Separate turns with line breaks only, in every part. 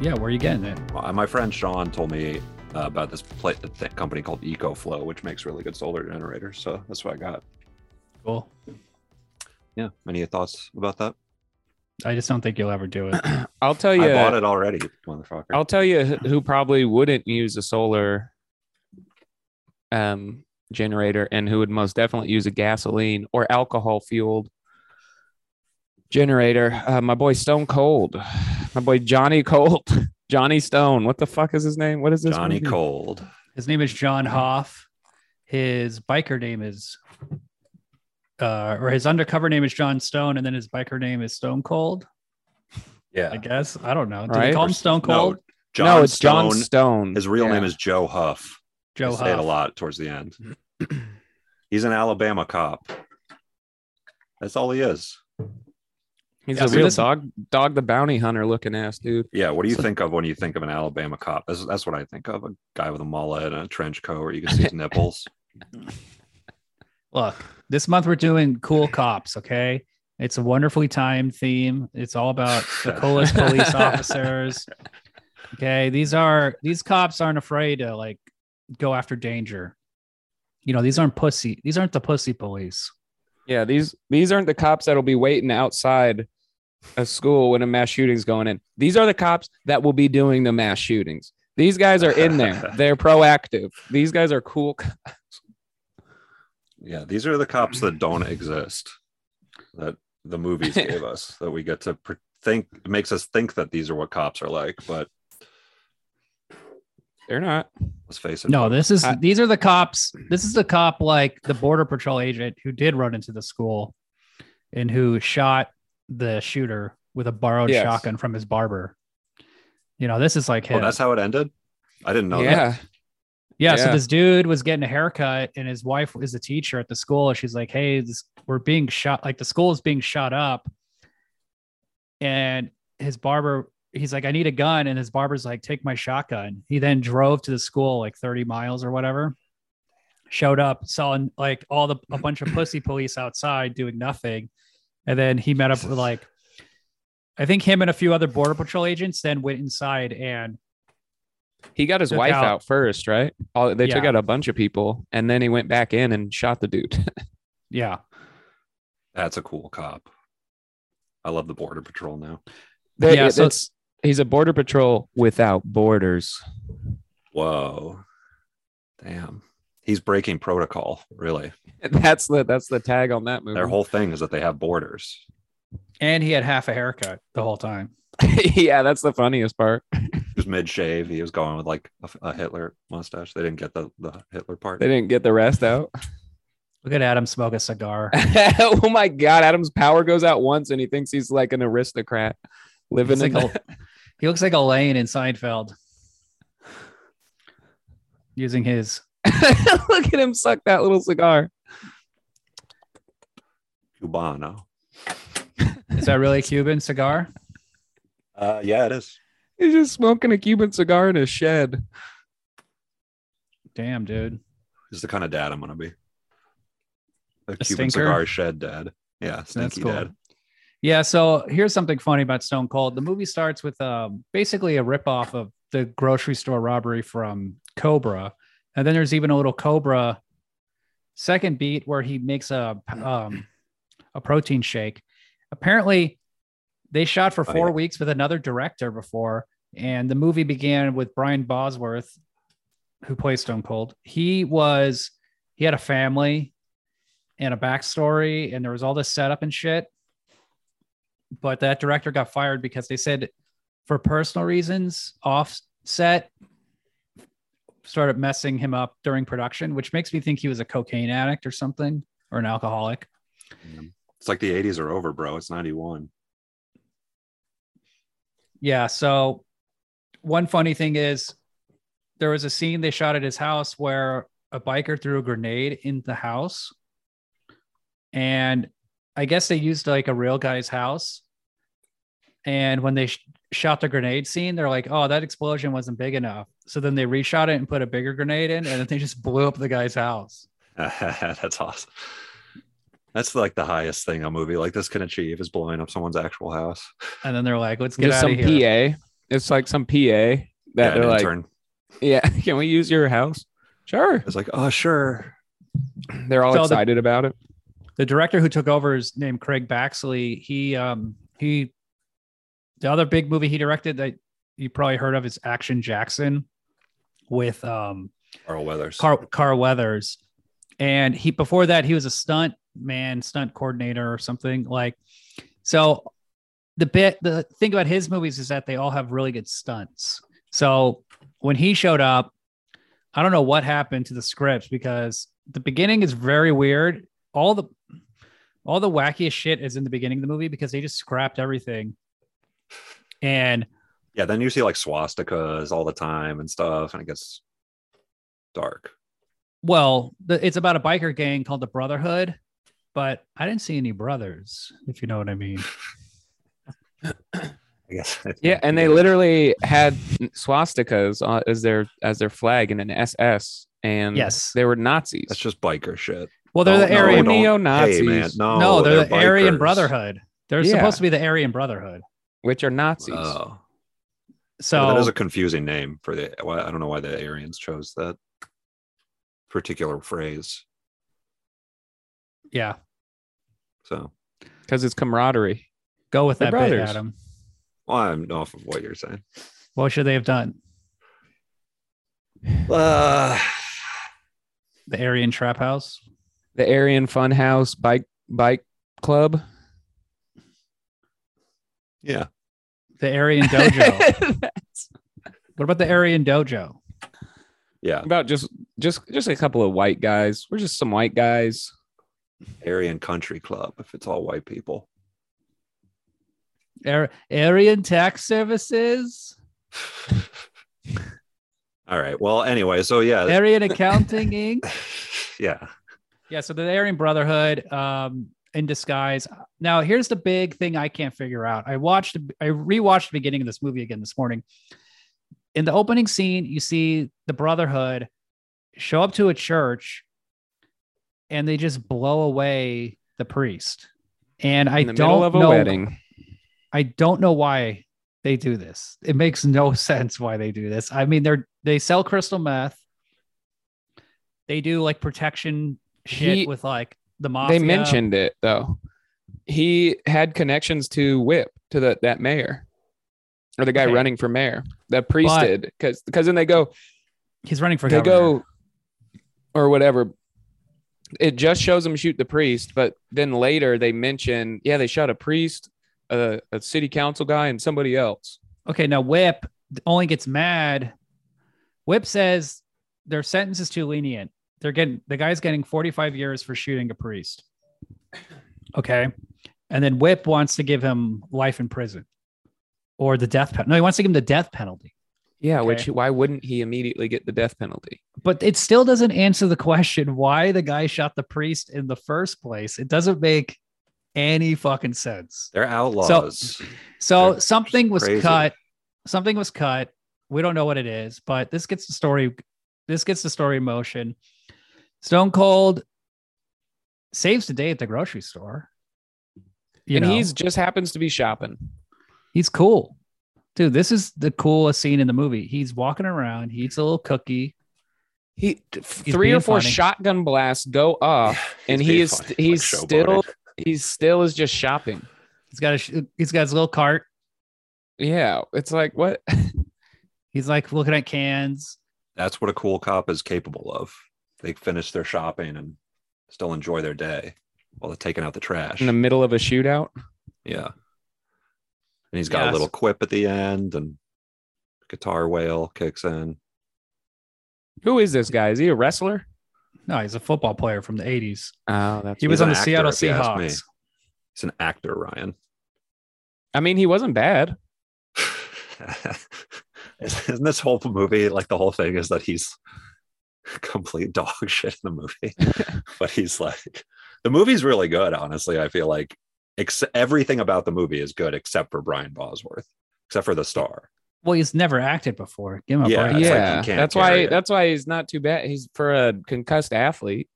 Yeah, where are you getting it?
Uh, my friend Sean told me uh, about this pla th- company called EcoFlow, which makes really good solar generators. So that's what I got.
Cool.
Yeah. Any thoughts about that?
I just don't think you'll ever do it.
I'll tell you.
I bought it already, motherfucker.
Oh, I'll tell you who who probably wouldn't use a solar um, generator and who would most definitely use a gasoline or alcohol fueled generator. Uh, my boy Stone Cold, my boy Johnny Cold, Johnny Stone. What the fuck is his name? What is this?
Johnny
movie?
Cold.
His name is John Hoff. His biker name is, uh, or his undercover name is John Stone, and then his biker name is Stone Cold.
Yeah.
I guess I don't know. Do they
Right.
call him Stone Cold?
No, John
no, it's
Stone.
John Stone.
His real
Yeah.
name is Joe Huff.
Joe
I say it a
Huff.
lot towards the end. He's an Alabama cop. That's all he is.
He's
Yeah,
a
so
real
this-
dog, dog the bounty hunter looking ass dude.
Yeah. What do you
So-
think of when you think of an Alabama cop? That's, that's what I think of a guy with a mullet and a trench coat where you can see his nipples.
Look, this month we're doing cool cops. Okay, it's a wonderfully timed theme. It's all about the coolest police officers. Okay, these are these cops aren't afraid to like go after danger. You know, these aren't pussy. These aren't the pussy police.
Yeah, these these aren't the cops that'll be waiting outside a school when a mass shooting's going in. These are the cops that will be doing the mass shootings. These guys are in there. They're proactive. These guys are cool. co-
Yeah, these are the cops that don't
Mm.
exist that the movies gave us that we get to pre- think it makes us think that these are what cops are like, but
They're not.
let's face it. Oh,
No, this is
I-
these are the cops. This is the cop like the border patrol agent who did run into the school and who shot the shooter with a borrowed
Yes.
shotgun from his barber. You know, this is like
Oh,
him.
that's how it ended. I didn't know that.
yeah.
yeah, so
yeah.
this dude was getting a haircut and his wife is a teacher at the school and she's like, "Hey, this, we're being shot like the school is being shot up." And his barber he's like, "I need a gun." And his barber's like, "Take my shotgun." He then drove to the school like 30 miles or whatever. Showed up, saw like all the a bunch of pussy police outside doing nothing. And then he met up with like I think him and a few other border patrol agents then went inside and
He got his
Took
wife
out-
out. first, right? All, they took
Yeah.
out a bunch of people and then he went back in and shot the dude.
yeah,
That's a cool cop. I love the border patrol now.
They-
Yeah, so-
it's- he's a border patrol without borders.
Whoa. Damn. He's breaking protocol, really.
That's the that's the tag on that movie.
Their whole thing is that they have borders.
And he had half a haircut the whole time.
yeah, that's the funniest part.
He was mid shave. He was going with like a, a Hitler mustache. They didn't get the, the Hitler part.
They didn't get the rest out.
Look at Adam smoke a cigar.
oh my god, Adam's power goes out once and he thinks he's like an aristocrat
He
living
looks,
in
like
the,
a, he looks like Elaine in Seinfeld. Using his
Look at him suck that little cigar.
Cubano.
is that really Cuban cigar?
Uh, yeah, it is.
He's just smoking a Cuban cigar in his shed.
Damn, dude.
This is the kind of dad I'm gonna be. A,
stinker?
Cuban cigar shed dad. Yeah,
That's
stinky
cool.
dad.
Yeah, so here's something funny about Stone Cold. The movie starts with um, basically a ripoff of the grocery store robbery from Cobra. And then there's even a little Cobra second beat where he makes a um, a protein shake. Apparently, they shot for
Oh,
four
yeah.
weeks with another director before, and the movie began with Brian Bosworth, who plays Stone Cold. He was he had a family and a backstory, and there was all this setup and shit. But that director got fired because they said, for personal reasons, offset started messing him up during production, which makes me think he was a cocaine addict or something or an alcoholic.
It's like the 80s are over, bro. It's 91.
Yeah. So one funny thing is there was a scene they shot at his house where a biker threw a grenade in the house. And I guess they used like a real guy's house. And when they sh- shot the grenade scene, they're like, oh, that explosion wasn't big enough. So then they reshot it and put a bigger grenade in, and then they just blew up the guy's house.
That's awesome. That's like the highest thing a movie like this can achieve is blowing up someone's actual house.
And then they're like, let's get
Just
out
some
of here.
PA. It's like some PA that
Yeah, an
they're like,
intern.
yeah, can we use your house? Sure.
It's like, oh sure.
They're all
So the-
excited about it.
the director who took over is named Craig Baxley. He um he the other big movie he directed that you probably heard of is Action Jackson with um
Carl Weathers.
Car Car Weathers. And he before that he was a stunt man, stunt coordinator or something like so the bit the thing about his movies is that they all have really good stunts. So when he showed up, I don't know what happened to the scripts because the beginning is very weird. All the all the wackiest shit is in the beginning of the movie because they just scrapped everything. And
yeah, then you see like swastikas all the time and stuff, and it gets dark.
well, the, it's about a biker gang called the Brotherhood, but I didn't see any brothers, if you know what I mean.
I guess.
Yeah, and they literally had swastikas on, as their as their flag and an SS, and
yes.
they were Nazis.
That's just biker shit.
Well, they're
Don't
the
know.
Aryan.
Don't-
neo Nazis,
Hey man, no,
no, they're, the Aryan
bikers.
Brotherhood. They're
Yeah.
supposed to be the Aryan Brotherhood.
which are Nazis.
Oh.
So
that is a confusing name for the. Why, I don't know why the Aryans chose that particular phrase.
yeah,
So
because it's camaraderie.
go with that
They're
bit,
brothers.
Adam.
well, I'm off of what you're saying.
What should they have done?
Uh,
The Aryan Trap House.
The Aryan Funhouse Bike Bike Club.
yeah,
The Aryan Dojo. what about the Aryan Dojo?
yeah.
About just just just a couple of white guys. We're just some white guys.
Aryan Country Club. If it's all white people,
Ar- Aryan Tax Services.
all right. Well, anyway, so yeah,
Aryan Accounting Inc.
yeah.
Yeah, so the Aryan Brotherhood um, in disguise. Now, here's the big thing I can't figure out. I watched, I rewatched the beginning of this movie again this morning. In the opening scene, you see the Brotherhood show up to a church, and they just blow away the priest. And I
in the
don't
middle of a
know.
wedding.
I don't know why they do this. It makes no sense why they do this. I mean, they're they sell crystal meth. They do like protection shit
He-
with like the mafia.
They mentioned it though. He had connections to Whip to the, that mayor or the guy
Okay.
running for mayor. That priest
But-
did because because then they go
he's running for
they
governor.
go or whatever. It just shows them shoot the priest, but then later they mention yeah they shot a priest, a, a city council guy, and somebody else.
Okay, now Whip only gets mad. Whip says their sentence is too lenient. They're getting the guy's getting 45 years for shooting a priest. Okay. And then Whip wants to give him life in prison or the death penalty. No, he wants to give him the death penalty.
Yeah,
Okay.
which why wouldn't he immediately get the death penalty?
but it still doesn't answer the question why the guy shot the priest in the first place. It doesn't make any fucking sense.
They're outlaws.
So
That's
something was
crazy.
cut. Something was cut. We don't know what it is, but this gets the story. This gets the story in motion. Stone Cold saves the day at the grocery store. You
and
know,
he's just happens to be shopping.
He's cool. Dude, this is the coolest scene in the movie. He's walking around, he eats a little cookie.
He three
being
or four
funny.
shotgun blasts go off. and he
being
is
funny,
st- he's
like,
still
showboating.
he's still is just shopping.
He's got a sh- he's got his little cart.
Yeah, it's like what?
He's like looking at cans.
That's what a cool cop is capable of. They finish their shopping and still enjoy their day while they're taking out the trash.
In the middle of a shootout.
Yeah. And he's got
Yes.
a little quip at the end and guitar wail kicks in.
Who is this guy? Is he a wrestler?
No, he's a football player from the 80s.
Oh, that's.
He was
He's
on
an
the Seattle
actor, if you ask me.
Seahawks.
He's an actor, Ryan.
I mean, he wasn't bad.
Isn't this whole movie like the whole thing is that he's complete dog shit in the movie? but he's like, the movie's really good, honestly. I feel like ex- everything about the movie is good except for Brian Bosworth, except for the star.
Well, he's never acted before. Give him a
Yeah,
break.
it's like he
yeah,
can't
that's why.
carry it.
That's why he's not too bad. He's for a concussed athlete.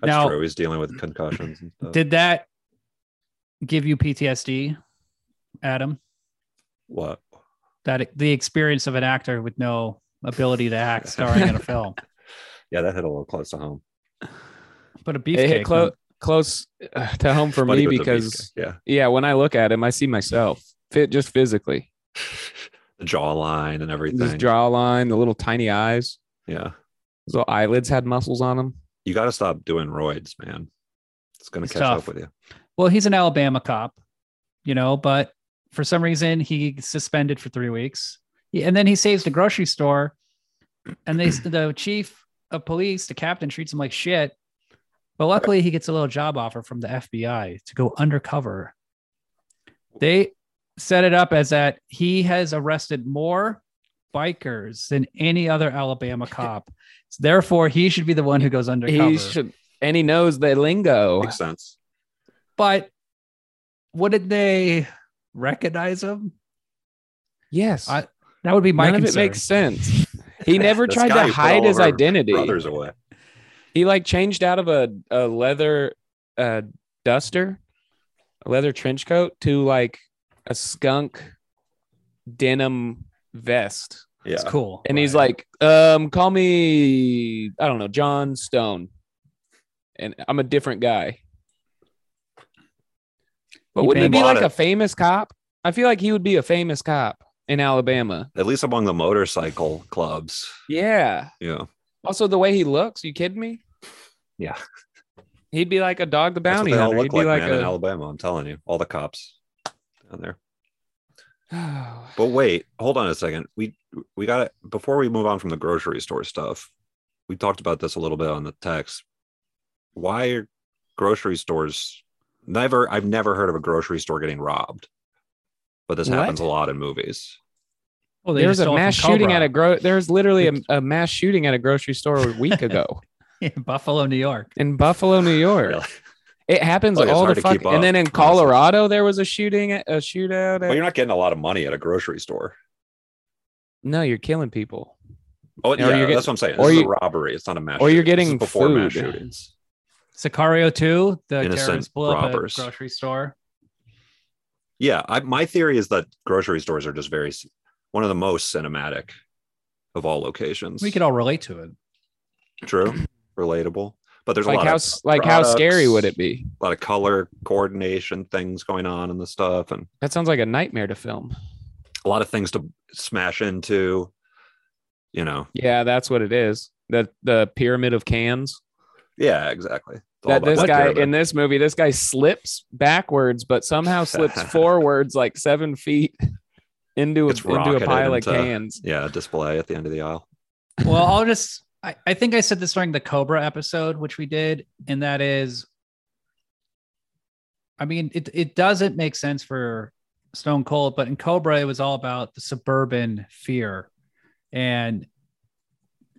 That's
Now-
true. He's dealing with concussions. And stuff.
Did that give you PTSD, Adam?
what?
that e, the experience of an actor with no ability to act starring in a film.
Yeah, that hit a little close to home.
But a
It
beefcake.
hit clo- close uh, to home for
Funny
me
with the beak,
because
yeah,
yeah, when I look at him, I see myself fit just physically.
the jawline and
His
everything.
jawline, the little tiny eyes,
yeah,
his little eyelids had muscles on them.
you got to stop doing roids, man. It's gonna
It's
catch
tough.
up with you.
well, he's an Alabama cop, you know, but for some reason he gets suspended for three weeks. Yeah, And then he saves the grocery store. And they the chief of police, the captain, treats him like shit. But luckily he gets a little job offer from the FBI to go undercover. They set it up as that he has arrested more bikers than any other Alabama cop. Therefore, he should be the one who goes undercover.
He should, and he knows the lingo.
Makes sense.
But wouldn't they recognize him?
Yes,
I- That would be my
none of
concern.
it makes sense. He never
This
tried
guy
to
put
hide
all
his
of our
identity.
Brothers away.
He like changed out of a, a leather uh, duster, a leather trench coat to like a skunk denim vest.
Yeah,
It's cool.
And he's
Right.
like, um, call me, I don't know, John Stone. And I'm a different guy. But
He
wouldn't he
paid-
be like
Bought
a
it.
famous cop? I feel like he would be a famous cop in Alabama.
at least among the motorcycle clubs.
Yeah.
Yeah,
Also, the way he looks, you kidding me?
yeah.
He'd be like a dog the
That's what
bounty
they all
hunter. He'd
look
be
like,
like,
man, in
a,
Alabama. I'm telling you, all the cops down there. But wait, hold on a second. We we got to before we move on from the grocery store stuff. We talked about this a little bit on the text. Why are grocery stores never? I've never heard of a grocery store getting robbed, but this
What?
happens a lot in movies.
oh, they
there was
just
a
stole it from
mass shooting
Cobra
at a gro. There was literally a, a mass shooting at a grocery store a week ago
in Buffalo, New York.
in Buffalo, New York.
Really?
It happens
Oh, yeah, it's
all
hard
the
to keep
fuck.
up,
And then in
honestly.
Colorado, there was a shooting, at, a shootout.
Well,
At,
you're not getting a lot of money at a grocery store.
no, you're killing people.
Oh, yeah,
you're getting-
that's what I'm saying. This
or
is a
you-
robbery. It's not a mass.
or you're
shooting. This is
getting
before mass
food.
shootings.
Sicario 2, the
Innocent
terrorist blew up
robbers.
a grocery store.
Yeah, I, my theory is that grocery stores are just very c- one of the most cinematic of all locations.
We could all relate to it.
True, relatable. But there's a
like
lot
how
of
s- like how scary
products.
would it be?
a lot of color coordination things going on in the stuff, and
That sounds like a nightmare to film.
a lot of things to smash into. You know,
Yeah, that's what it is. The the pyramid of cans.
yeah, exactly. It's all
That
about
this
what
guy
pyramid.
in this movie, this guy slips backwards, but somehow slips forwards like seven feet into a,
Gets
into a
rocketed
pile
into-
of cans.
yeah display at the end of the aisle.
Well, I'll just, I, I think I said this during the Cobra episode, which we did. And that is, I mean, it, it doesn't make sense for Stone Cold, but in Cobra, it was all about the suburban fear and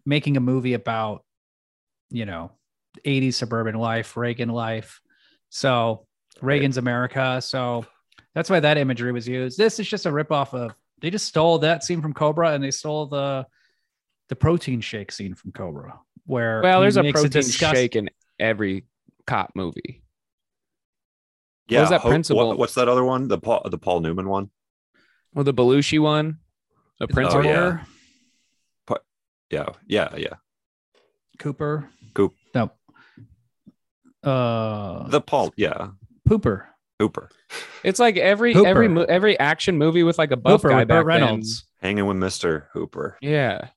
making a movie about, you know, 80s suburban life, Reagan life. So Reagan's America. So that's why that imagery was used. This is just a ripoff of, they just stole that scene from Cobra and they stole the, the protein shake scene from Cobra, where
Well,
he
there's a
makes
protein
disgust-
shake in every cop movie.
Yeah,
was that
Ho- what-
principle?
what's that other one? The Paul, the Paul Newman one.
Well, the Belushi one, the Prince
Oh,
of
yeah.
Order.
Yeah, yeah, yeah.
Cooper.
Coop.
No. Uh,
The Paul, yeah,
Pooper.
Hooper,
It's like every
Hooper.
every mo- every action movie with like a buff
Hooper
guy
with
back
Burt
then.
Reynolds.
hanging with Mister Hooper.
Yeah.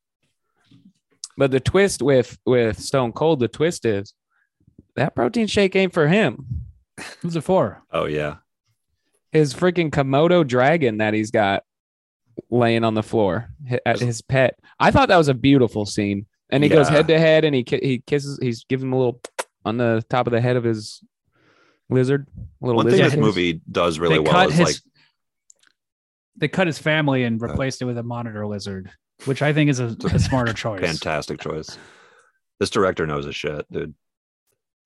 But the twist with with Stone Cold, the twist is that protein shake ain't for him.
Who's it for?
Oh yeah,
His freaking Komodo dragon that he's got laying on the floor hi- at his pet. I thought that was a beautiful scene. And he goes
Yeah.
head to head, and he ki- he kisses. He's giving him a little on the top of the head of his lizard. Little
one thing
lizard
this
kiss.
movie does really
they
well
cut
is
his.
like Uh,
they cut his family and replaced it with a monitor lizard, which I think is a, a smarter choice.
fantastic choice. This director knows his shit, dude.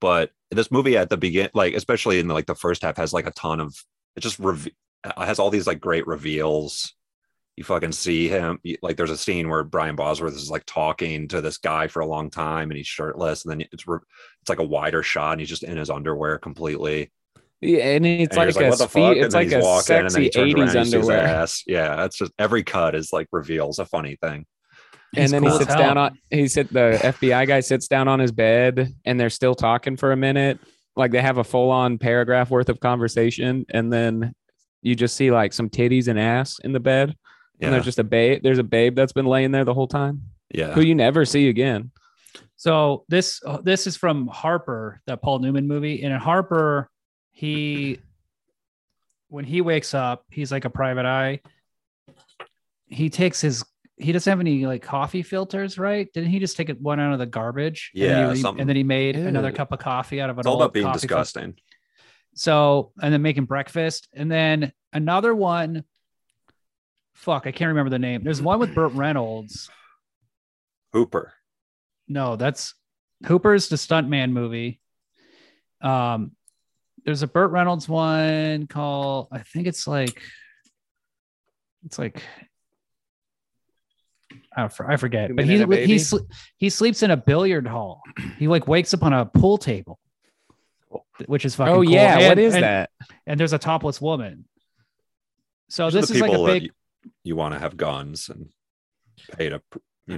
But this movie at the begin, like especially in like the first half, has like a ton of it. Just reve- has all these like great reveals. You fucking see him you- like there's a scene where Brian Bosworth is like talking to this guy for a long time, and he's shirtless, and then it's re- it's like a wider shot, and he's just in his underwear completely.
Yeah, and it's
And you're
like,
just
a
what the
spe-
fuck? and
it's
then
like
he's
a
walking, and then
sexy
he turns around
'80s
and he sees the
underwear.
ass. Yeah, that's just every cut is like reveals a funny thing.
He's
and then
cool
he
as
sits
hell.
down on he sit the FBI guy sits down on his bed and they're still talking for a minute. Like they have a full on paragraph worth of conversation, and then you just see like some titties and ass in the bed. And
Yeah,
there's just a babe. There's a babe that's been laying there the whole time,
yeah.
who you never see again.
So this uh, this is from Harper, that Paul Newman movie. And in Harper, he when he wakes up, he's like a private eye. He takes his he doesn't have any like coffee filters, right? Didn't he just take it one out of the garbage?
Yeah,
and then he,
something.
and then he made another
Ew.
cup of coffee out of an
It's all
old
about being
coffee filter.
disgusting.
So, and then making breakfast. And then another one. Fuck, I can't remember the name. There's one with Burt Reynolds.
Hooper.
No, that's Hooper's the stuntman movie. Um, there's a Burt Reynolds one called, I think it's like, it's like, I for- I forget,
Two
but
Men
he
and a
he
Baby?
sl- he sleeps in a billiard hall. He like wakes up on a pool table, which is fucking.
Oh
cool.
yeah, what
And-
is
and-
that?
and there's a topless woman. So
Those
this
are
is
the
like a
people
big
that you, want to have guns and paid up, you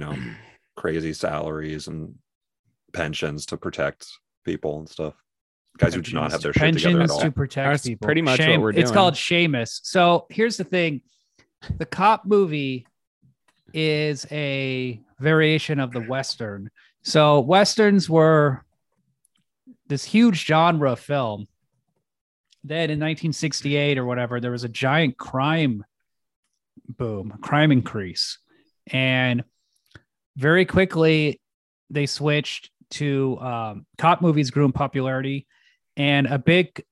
know, crazy salaries and pensions to protect people and stuff. Guys who do not have their shit
pensions
together at all.
to protect
That's
people.
pretty much what we're
It's
doing.
called Seamus. So here's the thing: the cop movie is a variation of the western. So westerns were this huge genre of film. Then in 1968 or whatever, there was a giant crime boom, crime increase, and very quickly they switched to um, cop movies grew in popularity and a big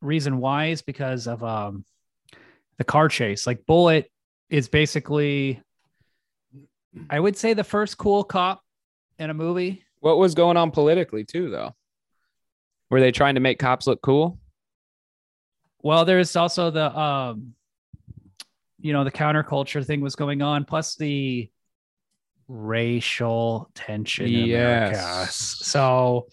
reason why is because of um the car chase like bullet is basically i would say the first cool cop in a movie
What was going on politically too, though? Were they trying to make cops look cool?
well there's also the um you know the counterculture thing was going on plus the racial tension in America.
Yes.
so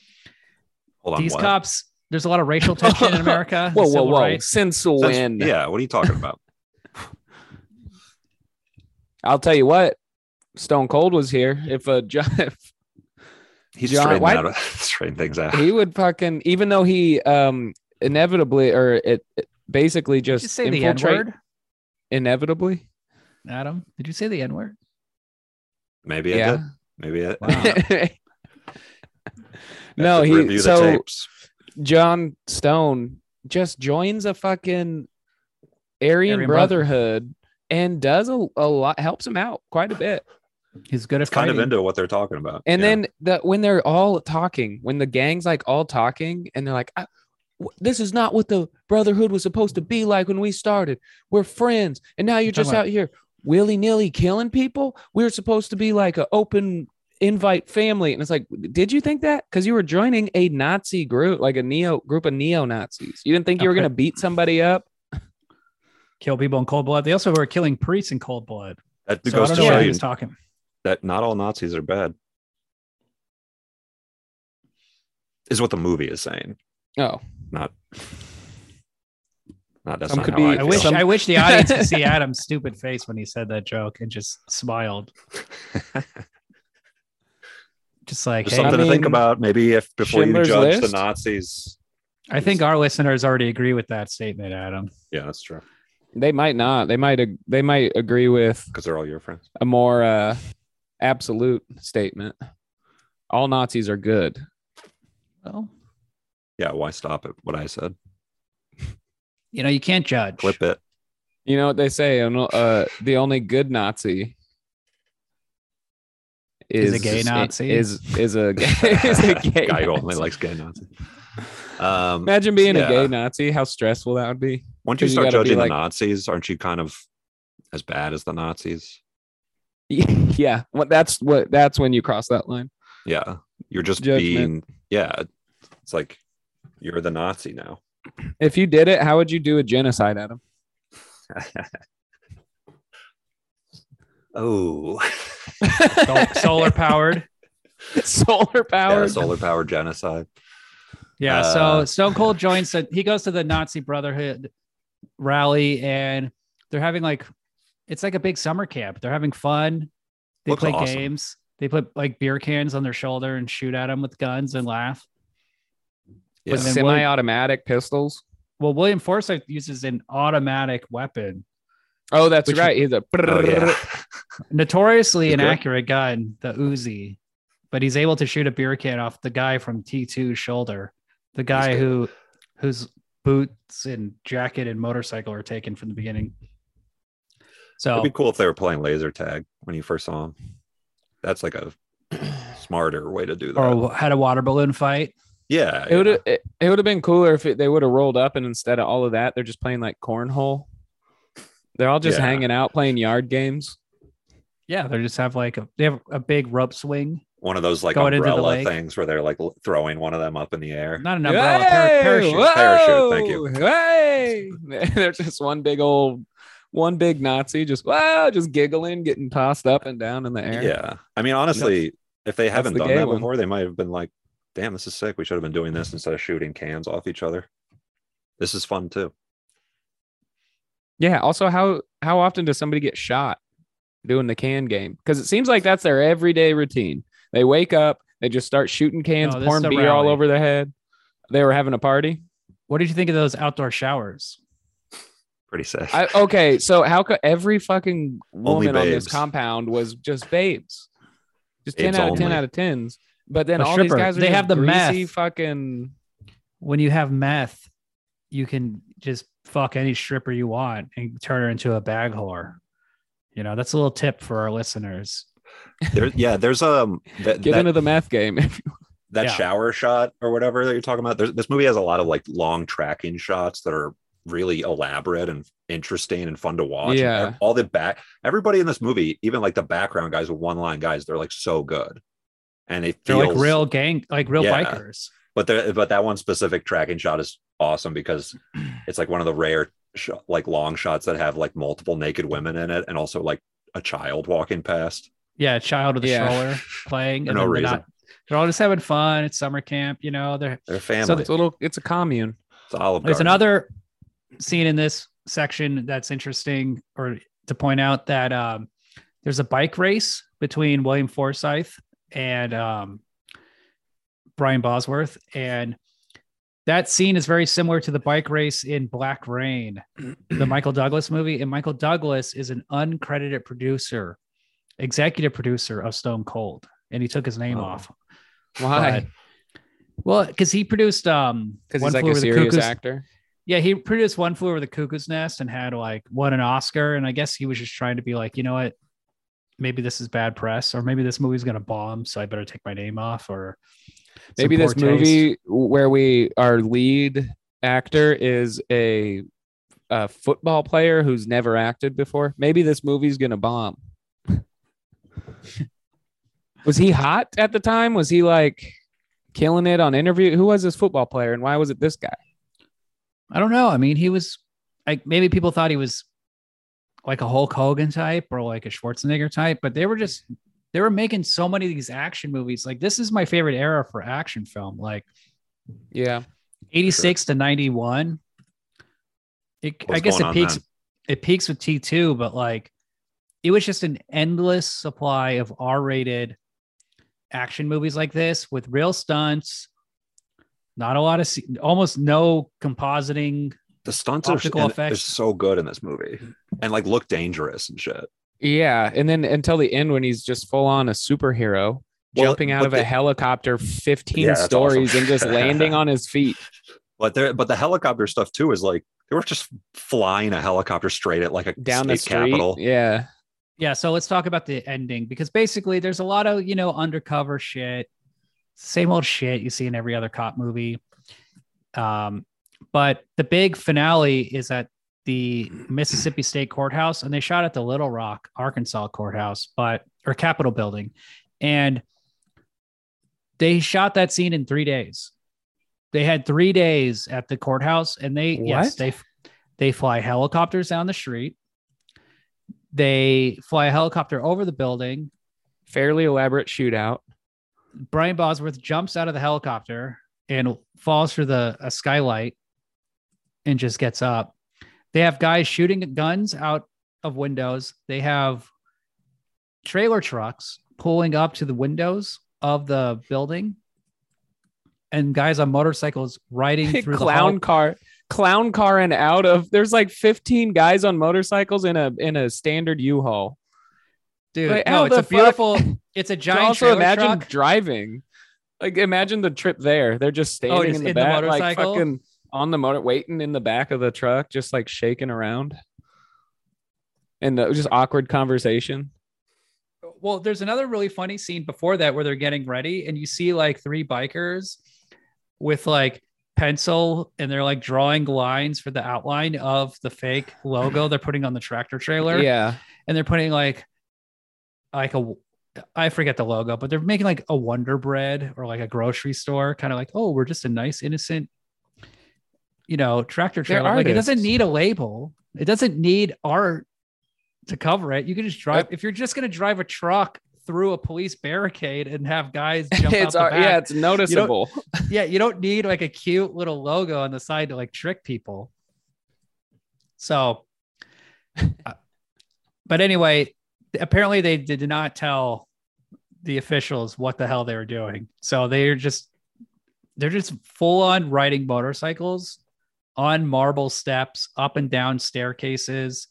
Hold on,
these
what?
cops there's a lot of racial tension in america
Whoa,
the
whoa,
civil
whoa!
rights.
Since
That's-
when?
Yeah, what are you talking about?
I'll tell you what. Stone Cold was here. If a ju- if
He's
John-
straightening
why-
out, straightening things out.
he would fucking even though he um inevitably or it, it basically
did
just,
you say the n
infiltrate
word
inevitably
adam did you say the n word
Maybe I did. Maybe I,
Wow.
no
I should
he
review
so
the tapes.
john stone just joins a fucking aryan,
Aryan Brother-
brotherhood and does a, a lot helps him out quite a bit
he's good at
It's kind of
fighting.
into what they're talking about.
And
yeah.
then the when they're all talking, when the gang's like all talking, and they're like, I, w- "This is not what the brotherhood was supposed to be like when we started. We're friends, and now you're
You're talking
just
about-
out here willy nilly killing people. We were supposed to be like an open invite family." And it's like, did you think that? Because you were joining a Nazi group, like a neo group of neo Nazis. You didn't think you were
Okay.
gonna beat somebody up.
kill people in cold blood. They also were killing priests in cold blood.
that
So I
goes
don't
to
know
show
why
you
he's talking.
that not all Nazis are bad. Is what the movie is saying.
Oh,
Not that's
Some
not
could
how
be-
I
I
feel.
wish
Some-
I wish the audience could see Adam's stupid face when he said that joke and just smiled, just like
Just
hey,
something to think
mean,
about. Maybe if before
Schindler's
you judge
List?
the Nazis.
I think our listeners already agree with that statement, Adam.
Yeah, that's true.
they might not. They might. ag- They might agree with
Because they're all your friends.
a more uh, absolute statement. All Nazis are good.
Well,
Yeah, why stop at what I said?
you know you can't judge.
Clip it.
You know what they say? an- Uh, the only good Nazi
Is a
is,
gay Nazi?
Is is a is a gay
Guy who only
Nazi.
likes gay Nazis. Um,
Imagine being a
Yeah.
gay Nazi. How stressful that would be.
once you
you
start
gotta be
judging
like-
the Nazis, aren't you kind of as bad as the Nazis?
yeah, what that's what that's when you cross that line.
Yeah, you're just
Judgment.
being. Yeah, it's like you're the Nazi now.
If you did it, how would you do a genocide, Adam?
Oh,
Sol- solar powered.
solar power.
solar powered genocide.
Yeah. so
Uh,
Stone Cold joins. The, he goes to the Nazi Brotherhood rally, and they're having like it's like a big summer camp. They're having fun. They
Looks
play
awesome.
games. They put like beer cans on their shoulder and shoot at them with guns and laugh.
Yeah.
with
And then
semi-automatic pistols.
Well, William Forsythe uses an automatic weapon,
Oh, that's
Which-
right. He's a
Oh, yeah.
notoriously
He's good.
inaccurate gun, the Uzi, but he's able to shoot a beer can off the guy from T2's shoulder, the guy
good.
who whose boots and jacket and motorcycle are taken from the beginning. So
It'd be cool if they were playing laser tag when you first saw them. That's like a smarter way to do that.
or had a water balloon fight.
yeah.
It would
yeah.
have it, it would have been cooler if it, they would have rolled up and instead of all of that, they're just playing like cornhole. They're all just
Yeah.
hanging out playing yard games.
Yeah, they just have like a they have a big rope swing,
one of those like
Going into the
umbrella
lake.
things where they're like l- throwing one of them up in the air.
not an umbrella, a par-
Hey,
parachute.
whoa,
Parachute, thank you.
Hey, they're just one big old, one big Nazi, just wow, just giggling, getting tossed up and down in the air.
Yeah. I mean, honestly, if they haven't
the
done
gay
that
one.
before, they might have been like, damn, this is sick. We should have been doing this instead of shooting cans off each other. This is fun too.
Yeah. Also, how how often does somebody get shot doing the can game? Because it seems like that's their everyday routine. They wake up, they just start shooting cans,
No, this
pouring
is a
beer all
rally.
over their head. They were having a party.
What did you think of those outdoor showers?
Pretty sick.
I, okay, so how could every fucking
Only
woman on this
babes.
compound was just babes, just ten
Babes
out of ten
only.
out of tens. But then
A
all
stripper.
these guys are
They
just
have the
greasy
meth.
fucking.
When you have meth, you can just fuck any stripper you want and turn her into a bag whore. You know, that's a little tip for our listeners.
There- yeah, there's um that,
Get
that,
into the meth game.
that
yeah.
shower shot or whatever that you're talking about. There's, this movie has a lot of like long tracking shots that are really elaborate and interesting and fun to watch.
Yeah.
All the back everybody in this movie, even like the background guys, the one line guys, they're like so good. And it
They're
feels
like real gang, like real
Yeah.
bikers.
but there but that one specific tracking shot is awesome because it's like one of the rare sh- like long shots that have like multiple naked women in it and also like a child walking past
Yeah, child with a
Yeah.
stroller playing.
For no
then they're
reason.
they're all just having fun. It's summer camp. You know, they're
their family
So
it's a little. It's a commune.
it's olive
There's
Garden.
another scene in this section that's interesting, or to point out that um, there's a bike race between William Forsythe and um, Brian Bosworth, and that scene is very similar to the bike race in Black Rain, the Michael Douglas movie. And Michael Douglas is an uncredited producer, executive producer of Stone Cold, and he took his name
Oh.
off.
Why?
But- Well, because he produced um,
Because
One
he's like
Flew
a
Over the
serious
Cuckoo's-
actor.
yeah, he produced One Flew Over the Cuckoo's Nest and had like won an Oscar. And I guess he was just trying to be like, you know what? Maybe this is bad press, or maybe this movie's gonna bomb, so I better take my name off. Or it's in
Maybe
poor
this
taste.
movie where we our lead actor is a, a football player who's never acted before. Maybe this movie's gonna bomb. was he hot at the time? Was he like killing it on interview? Who was this football player, and why was it this guy?
I don't know. I mean, he was like maybe people thought he was like a Hulk Hogan type or like a Schwarzenegger type, but they were just they were making so many of these action movies. Like this is my favorite era for action film. Like
Yeah,
86 to 91 it, i
What's
guess
going
it
on
peaks
then?
it peaks with t2 but like it was just an endless supply of r-rated action movies like this with real stunts not a lot of C- almost no compositing
the stunts are
optical
and they're
effects.
so good in this movie and like look dangerous and shit
yeah. And then until the end, when he's just full on a superhero.
Well,
Jumping out
but
of a
the-
helicopter 15
Yeah, that's
stories
awesome.
and just landing on his feet.
but there but the helicopter stuff too is like they were just flying a helicopter straight at like a
down
state
the street.
capital
Yeah.
yeah so let's talk about the ending because basically there's a lot of you know undercover shit same old shit you see in every other cop movie um but the big finale is at the mississippi state courthouse and they shot at the little rock arkansas courthouse but or capitol building and they shot that scene in three days they had three days at the courthouse and they yes
What?
they they fly helicopters down the street they fly a helicopter over the building.
Fairly elaborate shootout.
Brian Bosworth jumps out of the helicopter and falls through the a skylight and just gets up. They have guys shooting guns out of windows. They have trailer trucks pulling up to the windows of the building and guys on motorcycles riding through
clown
the hall-
car clown car and out of there's like 15 guys on motorcycles in a in a standard u-haul
dude
Like,
no
how
it's
the
a
fuck-
beautiful it's a
Can
giant
also
trailer
imagine
truck
driving like imagine the trip there they're just standing
Oh, just
in the
in the
back like
motorcycle?
fucking on the motor waiting in the back of the truck just like shaking around and the, just awkward conversation
well there's another really funny scene before that where they're getting ready and you see like three bikers with like pencil and they're like drawing lines for the outline of the fake logo they're putting on the tractor trailer
yeah
and they're putting like like a I forget the logo, but they're making like a Wonder Bread or like a grocery store, kind of like, oh, we're just a nice, innocent, you know, tractor
They're
trailer. Like it doesn't
artists.
need a label. It doesn't need art to cover it. You can just drive if you're just gonna drive a truck through a police barricade and have guys jump out
it's
the
ar-
back.
yeah it's noticeable
Yeah, you don't need like a cute little logo on the side to like trick people. So, uh, but anyway, apparently they did not tell the officials what the hell they were doing. So they're just they're just full on riding motorcycles on marble steps, up and down staircases,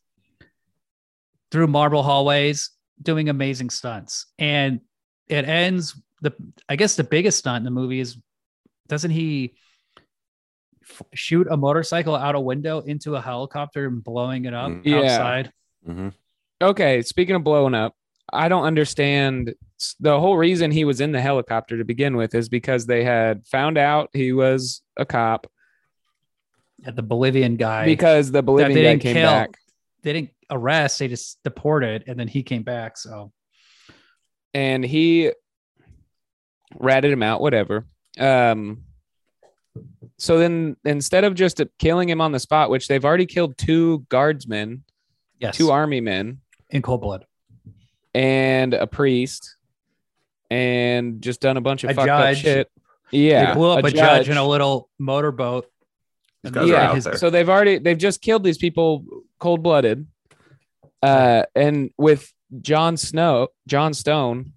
through marble hallways, doing amazing stunts. And it ends the I guess the biggest stunt in the movie is doesn't he f- shoot a motorcycle out a window into a helicopter and blowing it up
Mm.
Yeah.
outside?
Mhm.
okay speaking of blowing up i don't understand s- the whole reason he was in the helicopter to begin with is because they had found out he was a cop
At the Bolivian guy
because the
that
bolivian
they
guy
didn't
came
kill.
back
They didn't arrest. They just deported, and then he came back. So
and he ratted him out whatever um so then instead of just killing him on the spot which they've already killed two guardsmen
yes,
two army men
in cold blood.
and a priest and just done a bunch of
A
fucked up
judge.
shit
Yeah,
yeah
they blew up a, judge. in a little motorboat.
These
And
guys
yeah,
are out
his-
there.
So they've already they've just killed these people cold blooded. Uh and with John Snow, John Stone,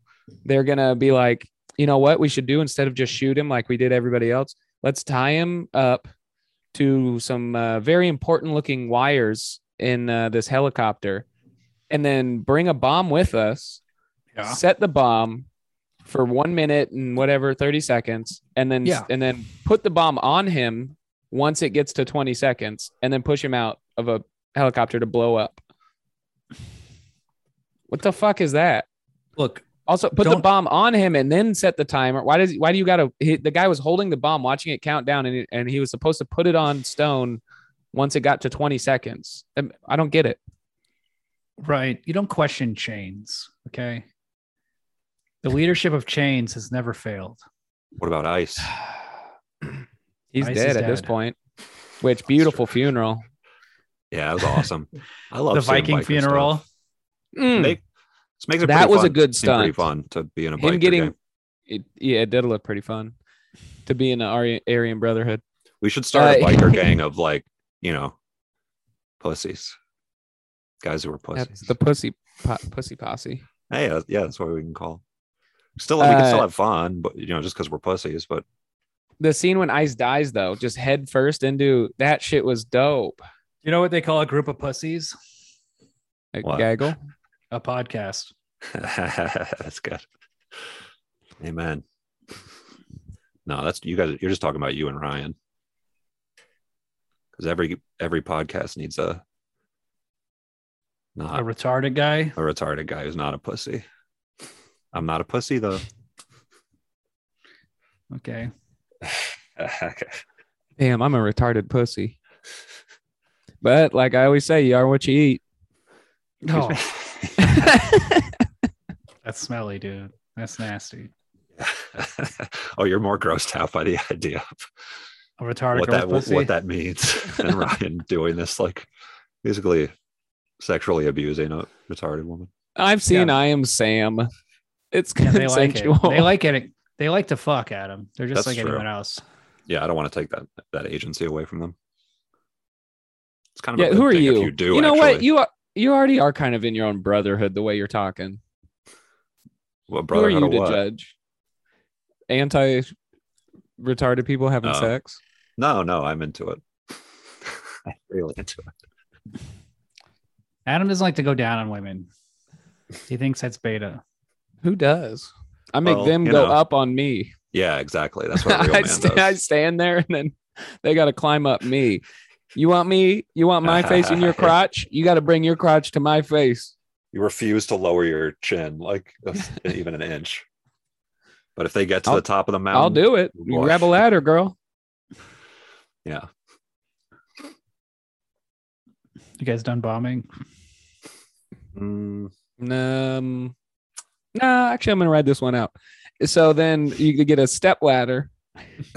they're gonna be like, you know what we should do instead of just shoot him like we did everybody else, let's tie him up to some uh, very important looking wires in uh, this helicopter and then bring a bomb with us,
Yeah.
set the bomb for one minute and whatever 30 seconds, and then
Yeah.
and then put the bomb on him once it gets to 20 seconds and then push him out of a helicopter to blow up. What the fuck is that?
Look,
Also, put the
Don't-
bomb on him and then set the timer. Why does why do you got to? The guy was holding the bomb, watching it count down, and he, and he was supposed to put it on Stone once it got to 20 seconds. Um, I don't get it.
right? You don't question chains, okay? The leadership of chains has never failed.
What about ice?
He's
Ice is
dead at this
dead.
point. Which beautiful funeral.
Yeah, that was awesome. I love
the
seeing
Viking
biker
funeral.
stuff.
Mm,
They- this makes it
That
pretty
was a
fun-
good
seemed Pretty
stunt.
fun to be in a
him
biker
getting,
gang.
it, yeah, it did look pretty fun to be in the Aryan, Aryan Brotherhood.
We should start a
Uh,
biker gang of like you know, pussies, guys who are
That's
pussies.
the pussy po- pussy posse.
Hey, that's- yeah, that's what we can call. Still, we can still
Uh,
have fun, but you know, just because we're pussies. But
The scene when Ice dies though, just head first into that shit was dope.
You know what they call a group of pussies?
Like,
What?
Gaggle.
A podcast.
that's good. Amen. No, that's you guys. You're just talking about you and Ryan. Because every every podcast needs
A
a not
retarded guy.
a retarded guy who's not a pussy. I'm not a pussy though.
Okay.
okay.
Damn, I'm a retarded pussy. But like I always say, you are what you eat.
No, Oh, that's smelly, dude. That's nasty.
oh, you're more grossed out by the idea of
A retarded
what
girl
that what,
pussy.
what that means and Ryan doing this like basically sexually abusing a retarded woman.
I've seen I am Sam. It's
Yeah, they like it.
consensual.
They like it. They like to fuck Adam. They're just
That's
like
true.
anyone else.
yeah, I don't want to take that that agency away from them. It's kind of a
Yeah,
good
who are
thing if
you?
you do
you know what?
actually.
You are, you already are kind of in your own brotherhood the way you're talking.
What
Who are
brotherhood
you
of
to
what?
judge? Anti retarded people having
Oh.
sex?
No, no, I'm into it. I'm really into it.
Adam doesn't like to go down on women. He thinks that's beta.
Who does? I make
Well,
them
you
go
know.
up on me.
Yeah, exactly. That's what a real
I,
man
st- I
does.
stand there and then they got to climb up me. You want me? You want my face in your crotch? You got to bring your crotch to my face.
You refuse to lower your chin like even an inch. But if they get to
I'll-
the top of the mountain,
I'll do it. You
Boy.
grab a ladder, girl.
Yeah,
You guys done bombing?
Mm,
Um, no, actually, I'm gonna ride this one out. So then you could get a step ladder.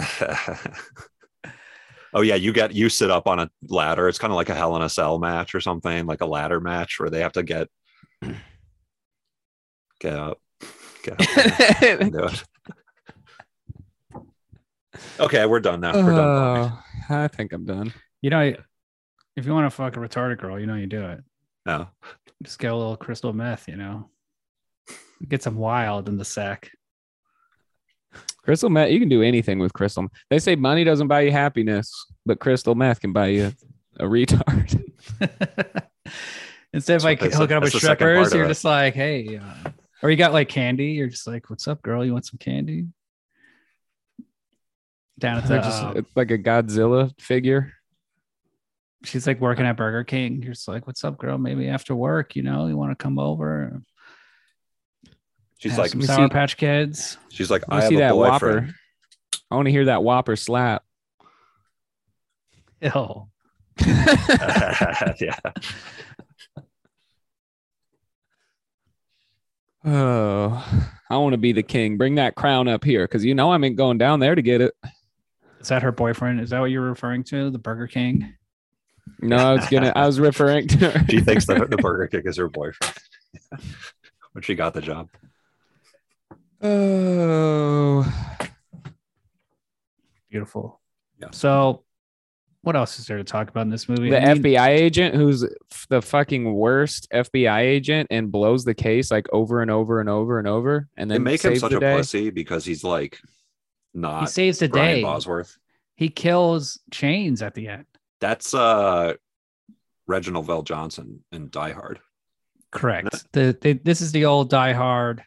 oh yeah, you get you sit up on a ladder. It's kind of like a Hell in a Cell match or something, like a ladder match where they have to get get up, get up and do it. Okay, we're done now. We're done.
Oh, I think I'm done.
You know, if you want to fuck a retarded girl, you know you do it.
No,
Just get a little crystal meth, you know. Get some wild in the sack.
Crystal meth. You can do anything with crystal. They say money doesn't buy you happiness, but crystal meth can buy you a retard.
Instead of
what
like
they said.
hooking up with
That's the second part
strippers,
of
you're
it.
just like, hey, uh, or you got like candy. You're just like, what's up, girl? You want some candy? Down at the,
They're just
uh,
it's like a Godzilla figure.
she's like working at Burger King. You're just like, what's up, girl? Maybe after work, you know, you want to come over?
she's
have
like
some
"Let me
Sour
see-
Patch Kids.
she's like I
I want to
have
see
a
that
boyfriend.
whopper. I want to hear that whopper slap.
Ew.
yeah,
oh, I want to be the king. Bring that crown up here, because you know I ain't going down there to get it.
Is that her boyfriend? Is that what you're referring to? The Burger King?
No, I was gonna. I was referring to.
she thinks that the Burger King is her boyfriend when she got the job.
Oh,
Beautiful.
Yeah.
So, what else is there to talk about in this movie?
the
I mean,
FBI agent who's f- the fucking worst FBI agent and blows the case like over and over and over and over, and
They
then
make him
saves
such
the
a
day.
pussy because he's like
He
not
saves the
Brian
day.
Bosworth.
He kills chains at the end.
That's uh Reginald Vell Johnson in Die Hard.
Correct. The, the this is the old Die Hard.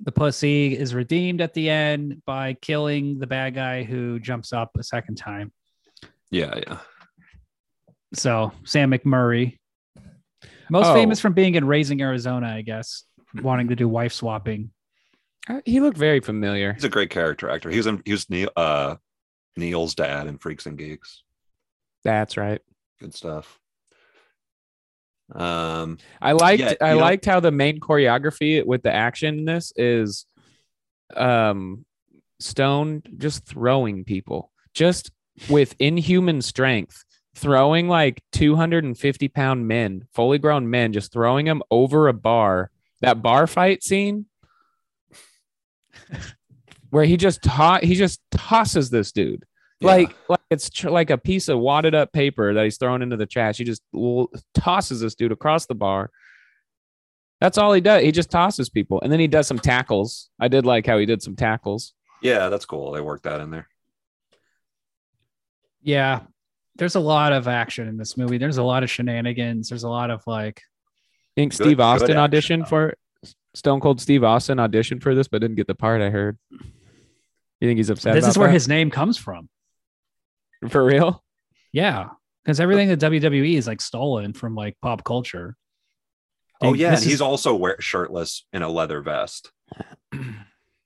The pussy is redeemed at the end by killing the bad guy who jumps up a second time.
Yeah, yeah.
So Sam McMurray, most
Oh.
famous from being in Raising Arizona, I guess, wanting to do wife swapping.
Uh, He looked very familiar.
He's a great character actor. He was in he was Neil uh Neil's dad in Freaks and Geeks.
That's right.
Good stuff. Um
I liked
Yeah,
I
you know-
liked how the main choreography with the action in this is um Stone just throwing people just with inhuman strength throwing like 250 pound men fully grown men just throwing them over a bar that bar fight scene where he just to- he just tosses this dude
yeah.
like like it's tr- like a piece of wadded up paper that he's thrown into the trash. He just l- tosses this dude across the bar. That's all he does. He just tosses people, and then he does some tackles. I did like how he did some tackles.
yeah, that's cool. They worked that in there.
Yeah, there's a lot of action in this movie. There's a lot of shenanigans. There's a lot of like
I think
Good-
Steve
good
Austin
action,
auditioned for Stone Cold Steve Austin auditioned for this, but didn't get the part. I heard. You think he's upset?
this
about
is where
that?
his name comes from.
for real.
Yeah, because everything that WWE is like stolen from like pop culture.
Oh
They-
yeah, and
this is-
he's also wear shirtless in a leather vest.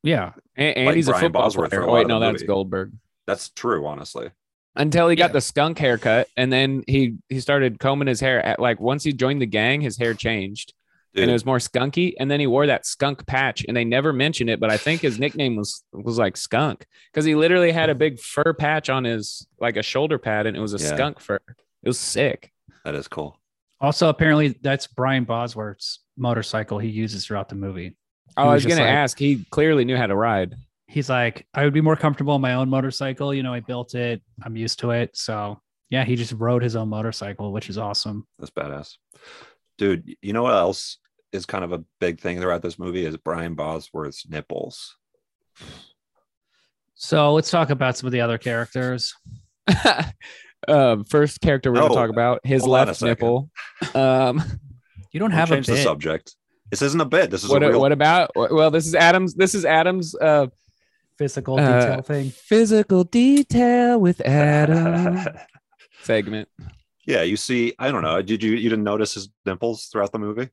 yeah.
And, and
Like
he's a
Brian
football
Bosworth for
player.
a
Oh,
lot
wait,
of
no,
the
that's
movie.
Goldberg.
That's true, honestly.
until he got
Yeah.
the skunk haircut and then he he started combing his hair at like once he joined the gang his hair changed
Dude,
and it was more skunky and then he wore that skunk patch and they never mention it but i think his nickname was was like skunk because he literally had a big fur patch on his like a shoulder pad and it was a
Yeah.
skunk fur it was sick
that is cool.
Also, apparently, that's Brian Bosworth's motorcycle he uses throughout the movie.
oh i
was
was
just
gonna
like-
ask he clearly knew how to ride
he's like, I would be more comfortable on my own motorcycle. You know, I built it, I'm used to it. So yeah, he just rode his own motorcycle, which is awesome.
That's badass. Dude, you know what else is kind of a big thing throughout this movie is Brian Bosworth's nipples.
So let's talk about some of the other characters.
um, first character we're
Oh,
gonna talk about his
hold on a
left
second.
nipple. Um,
You don't
We'll
have a
change the
bit.
subject. This isn't a bit. This is
what,
a real
what about? Well, this is Adam's. This is Adam's uh,
physical
Uh,
detail thing.
physical detail with Adam segment.
yeah, you see, I don't know. Did you you didn't notice his nipples throughout the movie?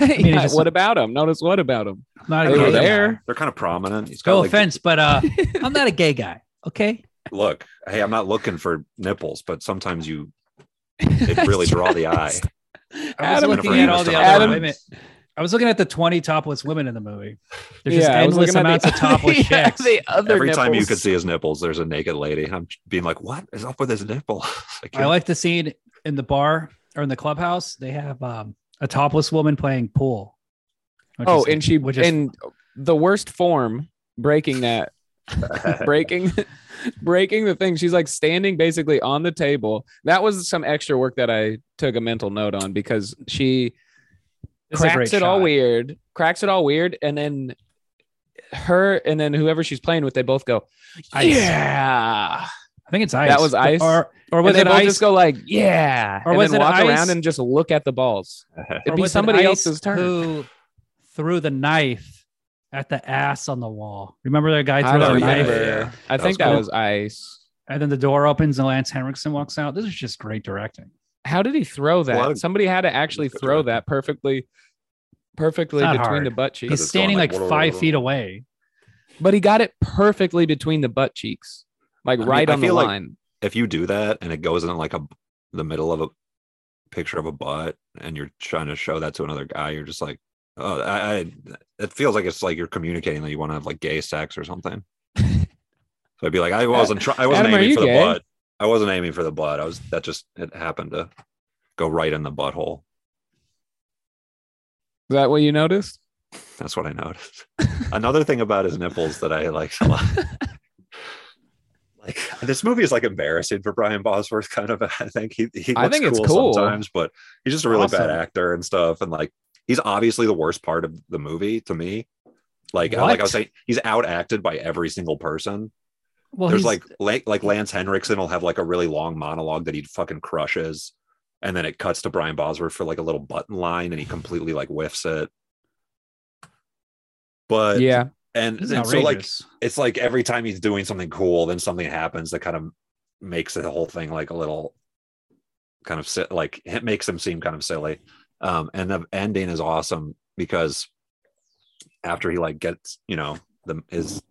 he
Yeah,
just-
what about him? Notice what about him?
I'm not a
They
gay
were
guy.
there.
They're kind of prominent. He's got
No
like,
offense, but uh, I'm not a gay guy. Okay.
look, hey, I'm not looking for nipples, but sometimes you it really draw the eye.
I was
Adam,
looking
looking at
for
all the
Mr.
other
Adam-
women. I was looking at the 20 topless women in the movie. There's just
Yeah, I was
endless
looking at
amounts
the-
of topless
yeah,
chicks.
the other
Every time you
nipples.
could see his nipples, there's a naked lady. I'm being like, what is up with his nipple? like,
I like the scene in the bar or in the clubhouse. They have um, a topless woman playing pool. which
Oh,
is-
and she
which is-
in the worst form breaking that breaking breaking the thing she's like standing basically on the table that was some extra work that i took a mental note on because she
this is a
cracks
great
it all
shot.
weird cracks it all weird and then her and then whoever she's playing with they both go
Ice.
yeah
I think it's ice.
That was ice?
Or, or
or
was
they
it
both
ice?
just go like yeah
Or
or and
was
then
it
walk
ice?
around and just look at the balls
or
it'd be
was it
somebody
ice
else's turn
Who threw the knife at the ass on the wall? Remember that guy
i
threw
don't
a
Yeah, yeah,
knife?
remember
yeah.
i
That
think
was
that
cool.
was ice
And then the door opens and Lance Henriksen walks out. This is just great directing.
how did he throw that?
lot of-
Somebody had to actually
Good
throw
direction.
that perfectly, perfectly
It's not
between
hard.
the butt
Because
cheeks.
He's
it's going
standing
like,
like
"Whoa, whoa,
five
whoa."
feet away.
But he got it perfectly between the butt cheeks, like
I mean,
right
I
on the
feel like-
line.
if you do that and it goes in like a the middle of a picture of a butt and you're trying to show that to another guy, you're just like, oh, I, I it feels like it's like you're communicating that you want to have like gay sex or something. so I'd be like, I wasn't try- I wasn't
Adam, are
aiming
you
for the
gay?
butt. I wasn't aiming for the butt. I was that just it happened to go right in the butthole.
Is that what you noticed?
That's what I noticed. Another thing about his nipples that I liked a lot. Like this movie is like embarrassing for Brian Bosworth, kind of. I think he he looks
I think
cool
it's cool.
sometimes, but he's just a really bad
Awesome.
actor and stuff. And like he's obviously the worst part of the movie to me. Like I- like I
What?
was saying, he's out acted by every single person.
Well,
There's
he's,
like La- like Lance Henriksen will have like a really long monologue that he fucking crushes, and then it cuts to Brian Bosworth for like a little button line, and he completely like whiffs it. But
yeah,
and,
this is
and so like
outrageous.
it's like every time he's doing something cool then something happens that kind of makes the whole thing like a little kind of si- like it makes him seem kind of silly um and the ending is awesome because after he like gets you know the his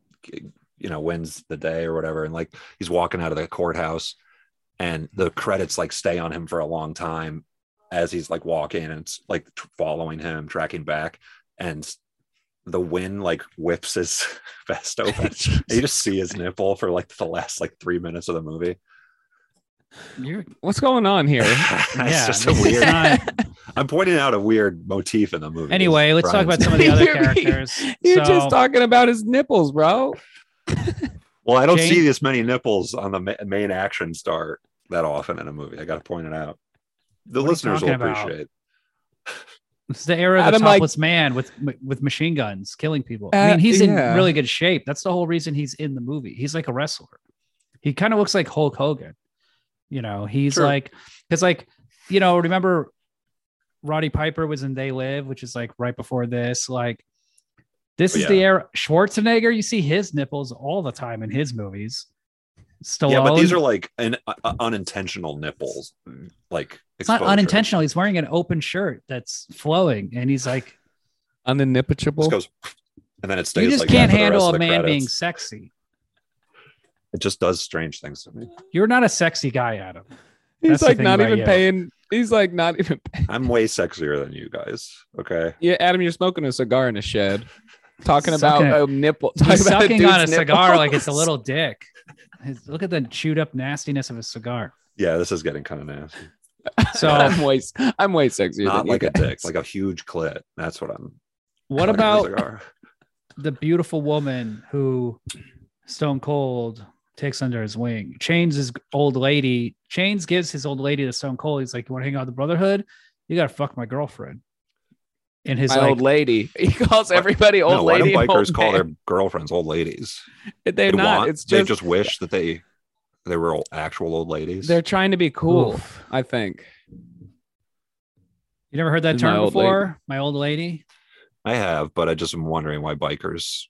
you know wins the day or whatever and like he's walking out of the courthouse and the credits like stay on him for a long time as he's like walking and it's like t- following him tracking back and the wind like whips his vest open and you just see his nipple for like the last like three minutes of the movie
You're-
what's going on here?
it's
yeah,
just a
this is
weird
not-
i'm pointing out a weird motif in the movie
anyway, let's talk
Brian's-
about some of the other
You're being-
characters.
You're
So-
just talking about his nipples, bro.
well i don't
Jane-
see this many nipples on the ma- main action star that often in a movie i gotta point it out the
What are you
listeners will
talking about?
appreciate
This is the era of the
Adam, like-
topless man with with machine guns killing people. I
Uh,
mean, he's
yeah.
in really good shape. That's the whole reason he's in the movie. He's like a wrestler. He kind of looks like Hulk Hogan. You know, he's
True.
like because like you know, remember Roddy Piper was in They Live, which is like right before this. Like this
Oh,
is
yeah.
the era Schwarzenegger. You see his nipples all the time in his movies. Stallone.
yeah but these are like an uh, unintentional nipples like
it's not unintentional. He's wearing an open shirt that's flowing, and he's like
just
Uninippetable.
goes and then it stays
you just
like
can't
that for the rest
handle
of
a
the
man being
credits.
sexy.
it just does strange things to me
You're not a sexy guy, Adam. That's
He's
the
like
thing
not
about
even
you.
paying. He's like not even.
i'm way sexier than you guys okay
Yeah, Adam, you're smoking a cigar in a shed, talking
Sucking
about a nipple. talking
He's
about
sucking on a
dude's
cigar like it's a
nipples.
little dick. His- Look at the chewed up nastiness of his cigar.
yeah this is getting kind of nasty
So,
I'm way, I'm way sexier.
not
than you
like a
guys.
dick, like a huge clit. That's what I'm.
what
like a
about
cigar.
the beautiful woman who Stone Cold takes under his wing. Chains his old lady. Chains gives his old lady to Stone Cold. He's like, "You want to hang out with the Brotherhood? You gotta fuck my girlfriend." And his
my
like,
old lady. He calls everybody old
no, why do
lady. and
bikers
old
call
man.
their girlfriends old ladies?
They're
they
not.
want.
it's
they
just,
just wish that they they were old- actual old ladies.
they're trying to be cool.
Oof.
I think.
You never heard that
This is my
term
old lady.
before? My old lady.
I have, but I just am wondering why bikers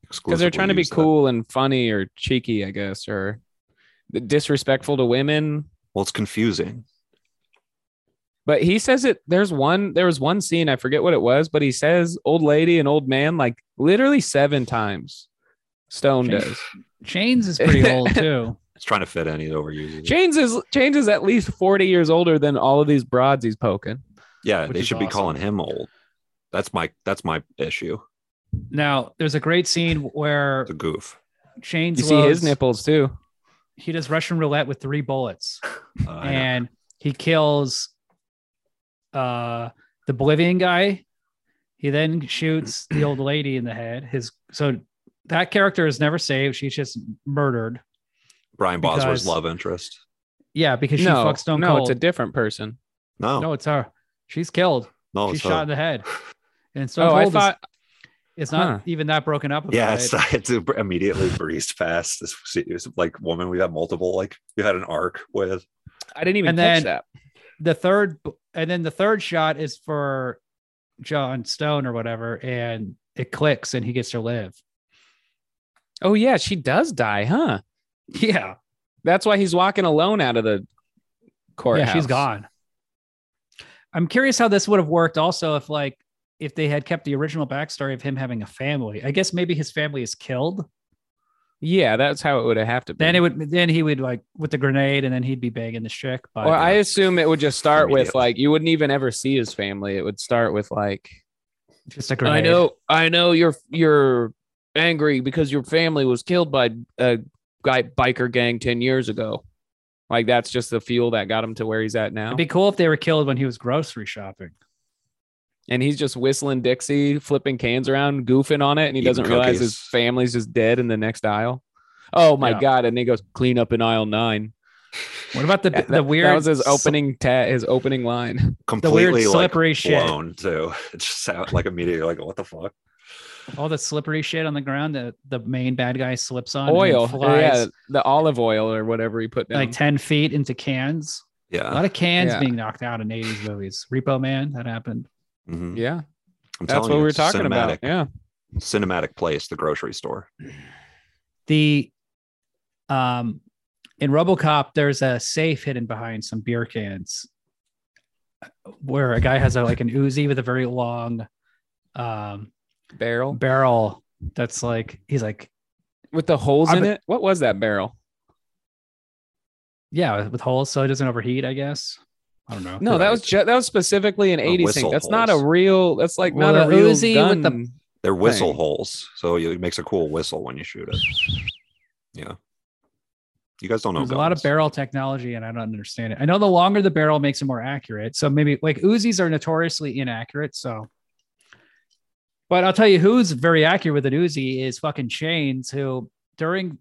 because they're
exclusively
trying to be
use that.
cool and funny or cheeky, I guess, or disrespectful to women.
Well, it's confusing.
But he says it. There's one. There was one scene. I forget what it was, but he says "old lady" and "old man" like literally seven times. Stone
Chains-
does.
Chains is pretty old too.
It's trying to fit any overuses.
Chains is Chains is at least forty years older than all of these broads he's poking.
yeah,
which
they
is
should be
awesome.
calling him old. That's my that's my issue.
Now there's a great scene where
The goof.
Chains
You see his
loads-
nipples too.
He does Russian roulette with three bullets,
Uh, I know.
and he kills uh the Bolivian guy. He then shoots the old lady in the head. His so that character is never saved. She's just murdered.
Brian Bosworth's
because-
love interest.
Yeah, because she
no,
fucks Stone
no,
Cold.
it's a different person.
No, no,
no, it's her. She's killed.
it's
She's
her.
shot in the head. And Stone
Oh,
Cold
I
is-
thought.
it's not
huh.
even that broken up. About
yeah,
it.
it's, it's immediately breezed past this it's like woman. We've had multiple, like we had an arc with.
I didn't even
And
catch
then-
that.
the third and then the third shot is for John Stone or whatever, and it clicks and he gets to live.
Oh yeah, she does die, huh?
Yeah.
That's why he's walking alone out of the courthouse.
Yeah, she's gone. I'm curious how this would have worked also if like if they had kept the original backstory of him having a family. I guess maybe his family is killed.
Yeah, that's how it would have to be.
Then it would then he would like with the grenade and then he'd be banging this chick. But
Or I assume it would just start with
Immediately.
like you wouldn't even ever see his family. It would start with like
just a grenade.
I know, I know you're you're angry because your family was killed by a guy biker gang ten years ago. Like that's just the fuel that got him to where he's at now.
It'd be cool if they were killed when he was grocery shopping.
and he's just whistling Dixie, flipping cans around, goofing on it, and he
Eating
doesn't realize his
cookies.
family's just dead in the next aisle. Oh my
Yeah.
god! And he goes clean up in aisle nine.
What about the
Yeah,
the weird
that was his
sl-
opening ta- his opening line.
the weird
Completely like
slippery shit?
blown too. It just sound like immediately like what the fuck?
all the slippery shit on the ground that the main bad guy slips on and
Oil, yeah,
flies
the olive oil or whatever he put down.
like 10 feet into cans a
Yeah.
lot of cans
Yeah.
being knocked out in 80s movies repo man that happened
Mhm.
yeah,
I'm
that's
telling
what
you,
we were
it's
talking
cinematic.
about. Yeah,
Cinematic place, the grocery store.
the um in robocop there's a safe hidden behind some beer cans where a guy has a like an Uzi with a very long um
barrel
barrel that's like he's like
with the holes
I'm
in
a-
it. What was that barrel?
yeah with holes so it doesn't overheat i guess i don't know
No, that was ju- that was specifically an
The
'80s thing.
whistle
That's not a
holes.
real. That's like
Well,
not a
the
real
Uzi
gun.
with the-
They're whistle
Thing.
holes, so it makes a cool whistle when you shoot it. Yeah. You guys don't know
There's a lot of
guns.
barrel technology, and I don't understand it. I know the longer the barrel makes it more accurate. So maybe like Uzis are notoriously inaccurate. So, but I'll tell you who's very accurate with an Uzi is fucking Chains, who during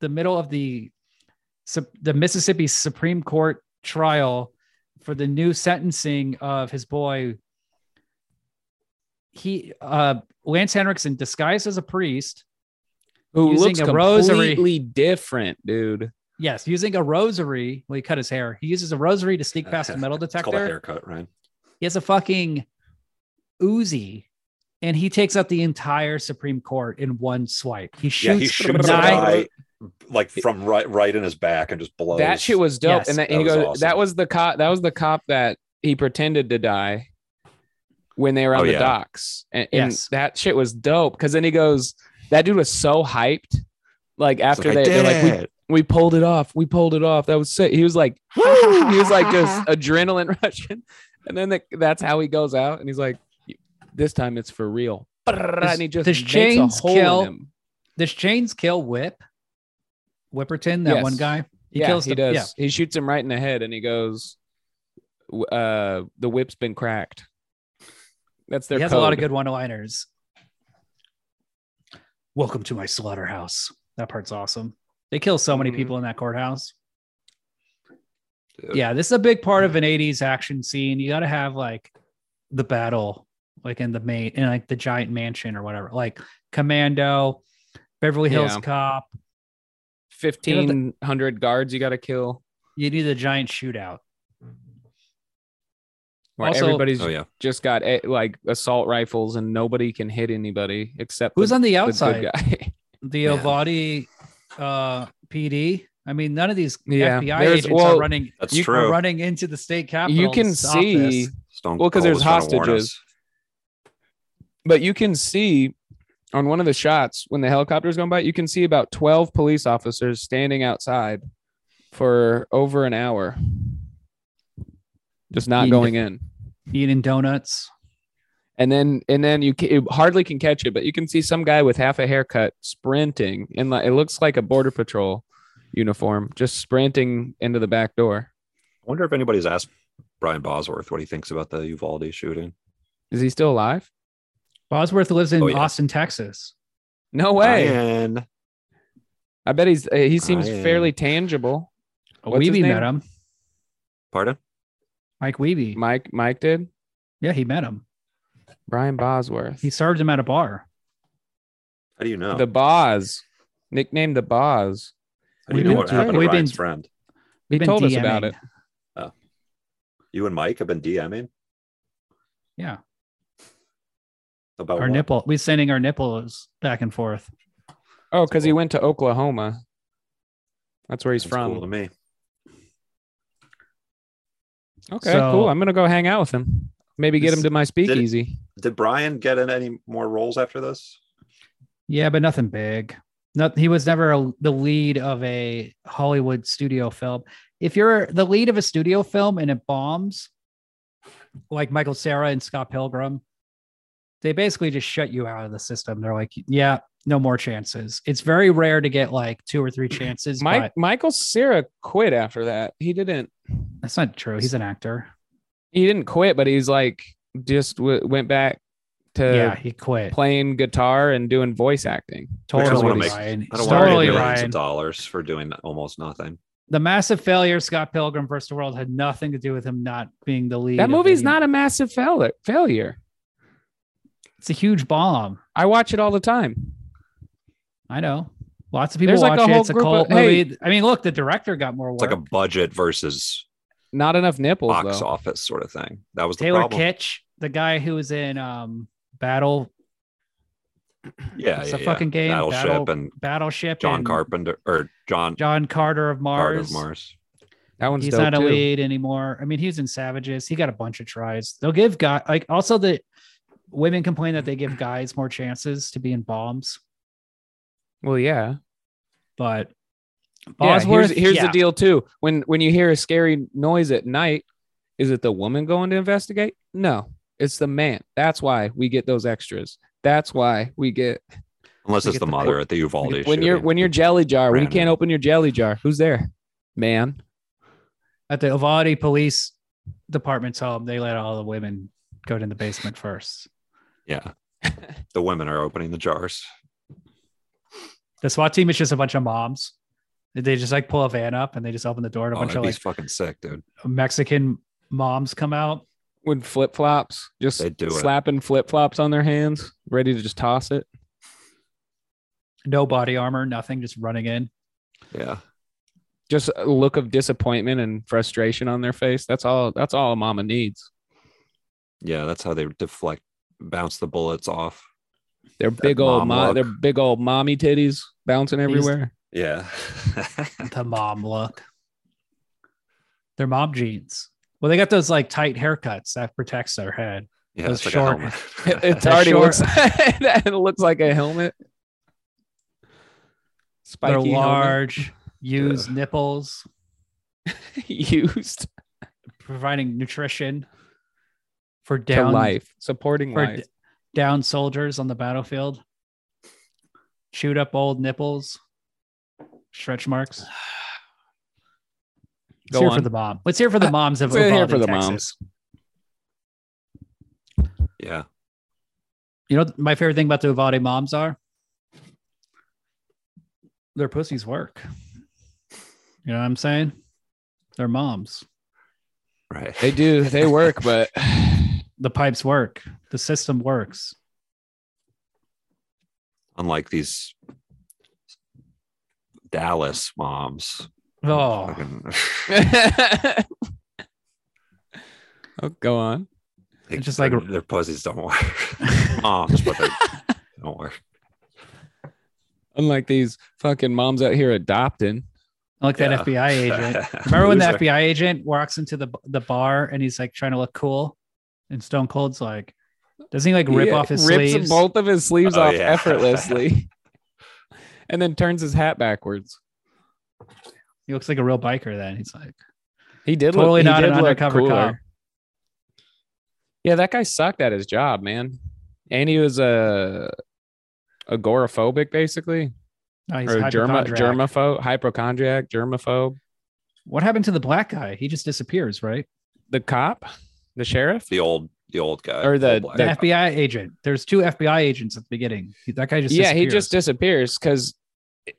the middle of the sup- the Mississippi Supreme Court trial for the new sentencing of his boy, he uh, Lance Henriksen disguised as a priest.
who
using
looks
a rosary.
completely different, dude.
Yes, using a rosary. Well, he cut his hair. He uses a rosary to sneak past a metal
It's called a
detector.
haircut, Ryan.
He has a fucking Uzi, and he takes out the entire Supreme Court in one swipe. He
Yeah,
shoots,
he shoots a
nine-
guy like from right right in his back and just blows.
That shit was dope.
Yes.
and that,
That
he
was
goes,
awesome.
that was the cop. That was the cop that he pretended to die when they were on
Oh,
the
yeah.
docks. And, and
Yes.
that shit was dope. Because then he goes, that dude was so hyped. Like
It's
after
like, I
they,
did
they're like,
it.
we, we pulled it off. We pulled it off. That was sick. He was like, "Woo!" he was like just adrenaline rushing. And then the, that's how he goes out. And he's like, this time it's for real. And he just
does
makes
James
a hole
kill-
in him.
Does Chains kill Whip? Whipperton, that
Yes.
one guy. He
yeah,
kills
he
the-
does.
yeah.
He shoots him right in the head, and he goes, w- "Uh, the whip's been cracked." That's their.
he has
code.
a lot of good one-liners. welcome to my slaughterhouse. That part's awesome. They kill so many
Mhm.
people in that courthouse.
Dude.
Yeah, this is a big part of an 80s action scene. You got to have like the battle, like in the main, in like the giant mansion or whatever, like Commando, Beverly Hills
Yeah.
Cop.
Fifteen hundred guards you got to kill.
You need the giant shootout.
Where
Also-
everybody's
Oh yeah.
just got eh, like assault rifles and nobody can hit anybody except
Who's on the
the
outside?
good guy.
the
Yeah.
Avadi uh, PD. I mean, none of these
Yeah,
FBI
there's-
agents
well,
are running.
That's
You-
are
true.
running into the state capitol.
you can
to stop
see,
this.
Stone
Well, 'cause
Cold
there's
was trying to warn
hostages.
us.
but you can see on one of the shots when the helicopter's going by, you can see about twelve police officers standing outside for over an hour, just not
Yeah.
going in.
eating donuts.
And then and then you, ca- you hardly can catch it, but you can see some guy with half a haircut sprinting, and like, it looks like a border patrol uniform, just sprinting into the back door.
I wonder if anybody's asked Brian Bosworth what he thinks about the Uvalde shooting.
Is he still alive?
Bosworth lives in
Oh, yeah.
Austin, Texas.
No way.
Brian.
I bet he's uh, he seems
Brian.
fairly tangible. What's his
Weeby
name?
met him.
Pardon?
Mike Weeby.
Mike Mike did
Yeah, he met him.
Brian Bosworth.
He served him at a bar.
How do you know?
the Boz, nicknamed the Boz.
How do you
We've
know
been
what
through-
happened to
we've been-
Ryan's friend?
He
Been
told us about
DMing.
it.
You and Mike have been DMing
Yeah,
about
our
what?
nipple. We're sending our nipples back and forth.
Oh, because he went to Oklahoma. That's where he's
That's
from.
Cool to me.
Okay,
So-
cool. I'm gonna go hang out with him. Maybe get
This-
him to my speakeasy.
Did Brian get in any more roles after this?
Yeah, but nothing big. Not, he was never a, the lead of a Hollywood studio film. If you're the lead of a studio film and it bombs, like Michael Sarah and Scott Pilgrim, they basically just shut you out of the system. They're like, yeah, no more chances. It's very rare to get like two or three chances.
Mike
but
Michael Sarah quit after that. He didn't.
that's not true. He's an actor.
He didn't quit, but he's like just w- went back to
Uh,
yeah, he quit.
playing guitar and doing voice acting.
I don't
Totally,
wanna make-
Ryan.
I don't want to
Totally,
pay millions
Ryan.
of dollars for doing almost nothing.
The massive failure Scott Pilgrim versus the World had nothing to do with him not being the lead.
That
of
movie's
any-
not a massive fail- failure.
It's a huge bomb.
I watch it all the time.
I know. Lots of people
There's, like,
watch it.
a whole
It's a
group
cult
of- hey.
movie. I mean, look, the director got more work.
It's like a budget versus
Not enough nipples
box
though.
office sort of thing. That was the
Taylor
problem.
Kitsch, the guy who was in um, Battle,
yeah,
it's
yeah,
a
yeah.
fucking game.
Battleship
Battle-
and
Battleship.
John
and
Carpenter or John
John Carter of
Carter
Mars.
of Mars.
That one's
He's
dope
not a
too.
lead anymore. I mean, he was in Savages. He got a bunch of tries. They'll give guy like also the women complain that they give guys more chances to be in bombs,
Well, yeah.
but
Yeah,
Bosworth.
here's here's
yeah.
the deal too. When when you hear a scary noise at night, is it the woman going to investigate? No, it's the man. That's why we get those extras. That's why we get
Unless
We
it's
get
the
the-
mother at the Uvalde.
when you're
shooting.
when your jelly jar. When you
Brandon.
can't open your jelly jar, who's there? Man.
at the Avadi Police Department's home. They let all the women go to the basement first.
yeah, the women are opening the jars.
The SWAT team is just a bunch of moms. They just like pull a van up and they just open the door and a
Oh,
bunch
that'd
of
be
like
fucking sick, dude.
Mexican moms come out.
When flip flops, just
They do it.
slapping flip flops on their hands, ready to just toss it.
No body armor, nothing, just running in.
Yeah.
Just a look of disappointment and frustration on their face. That's all. That's all a mama needs.
Yeah, that's how they deflect, bounce the bullets off.
Their big old
mom
mo-
look.
their big old mommy titties bouncing everywhere.
Yeah.
The mom look. Their mom jeans. Well, they got those like tight haircuts that protects their head.
yeah,
Those
it's like
short-
a helmet.
It, it
That
already
short-
looks. it looks like a helmet. Spiky
They're
helmet.
large, used nipples,
used
providing nutrition for
to
down
life, supporting
for
life.
d- down soldiers on the battlefield. Shoot up old nipples, stretch marks. Let's
Go
hear
on.
for the mom. Let's hear for the moms of
Let's hear
Uvalde,
for the
Texas.
moms.
yeah.
You know what my favorite thing about the Uvalde moms are their pussies work. You know what I'm saying? Their moms.
Right.
They do. They work, but
The pipes work. The system works.
Unlike these Dallas moms.
Oh,
Fucking-
oh, go on.
they-
It's just
their-
like-
their pussies don't work. moms, but they don't work.
Unlike these fucking moms out here adopting.
like
Yeah.
that FBI agent. Remember when the
Loser.
FBI agent walks into the the bar and he's like trying to look cool, and Stone Cold's like, doesn't he like rip
Yeah,
off his
rips
sleeves?
both of his sleeves
Oh,
off
yeah.
effortlessly, and then turns his hat backwards.
He looks like a real biker. Then he's like,
He did
Totally
look,
not
he did
an
look
undercover
cooler.
cop.
Yeah, that guy sucked at his job, man. And he was a agoraphobic, basically,
oh, he's
or germa,
hypochondriac.
germaphobe, hypochondriac, germaphobe.
What happened to the black guy? He just disappears, right?
The cop, the sheriff.
The old, the old guy,
Or the-
old black
The
guy.
FBI agent. There's two FBI agents at the beginning. He- That guy just
yeah, he
disappears.
just disappears because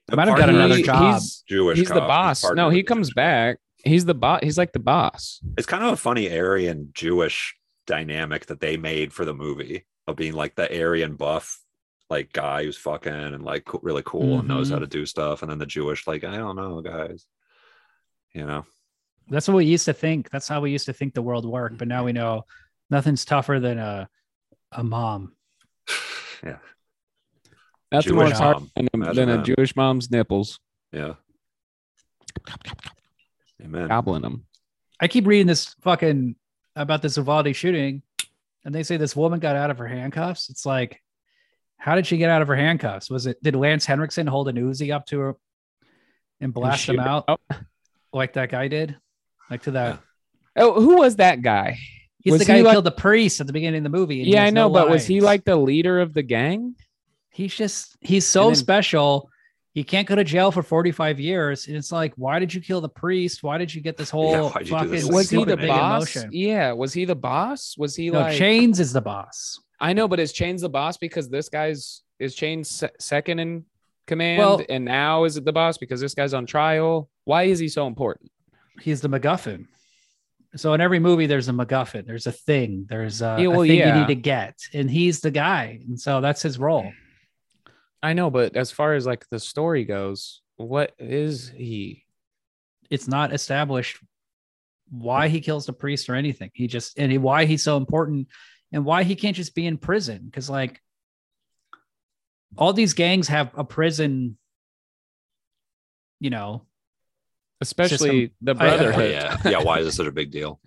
The
might have got
partner-
another
he,
job.
He's,
Jewish.
he's the
cop, his
boss.
partner
No, he
was
comes
Jewish.
back. He's the boss. He's like the boss.
It's kind of a funny Aryan Jewish dynamic that they made for the movie of being like the Aryan buff, like guy who's fucking and like co- really cool and knows how
Mm-hmm.
Mhm.
to do stuff, and then the Jewish, like I don't know, guys, you know,
That's what we used to think. That's how we used to think the world worked. But now we know nothing's tougher than a a mom.
yeah,
Nothing
Jewish
more hard
mom.
than, a,
Imagine
than a
that.
Jewish mom's nipples
yeah. Amen.
gobbling them.
I keep reading this fucking about this Uvalde shooting, and they say this woman got out of her handcuffs. It's like, how did she get out of her handcuffs? Was it did Lance Henriksen hold an Uzi up to her and blast him
shoot
out
out.
like that guy did? Like to that,
Oh, who was that guy?
he's
Was
the guy
he
who
like-
killed the priest at the beginning of the movie. and he
yeah, I
has
know,
no
but was he
lines.
like the leader of the gang?
he's just he's so
then-
special. He can't go to jail for 45 years. And it's like, why did you kill the priest? Why did you get this whole
why'd you do
fucking
this?
stupid
Was he the
big
boss?
emotion?
Yeah, was he the boss? Was he
No,
like
Chains is the boss.
I know, but is Chains the boss because this guy's is Chains se- second in command
Well-
and now is it the boss because this guy's on trial? Why is he so important?
he's the MacGuffin. So in every movie, there's a MacGuffin. There's a thing. There's a,
Yeah,
a
well,
thing you
yeah.
need to get, and he's the guy. And so that's his role.
I know, but as far as like the story goes, what is he?
It's not established why he kills the priest or anything. He just and he- why he's so important, and why he can't just be in prison. Because like all these gangs have a prison. You know,
Especially the
I- I-
brotherhood.
yeah, yeah. Why is this such a big deal?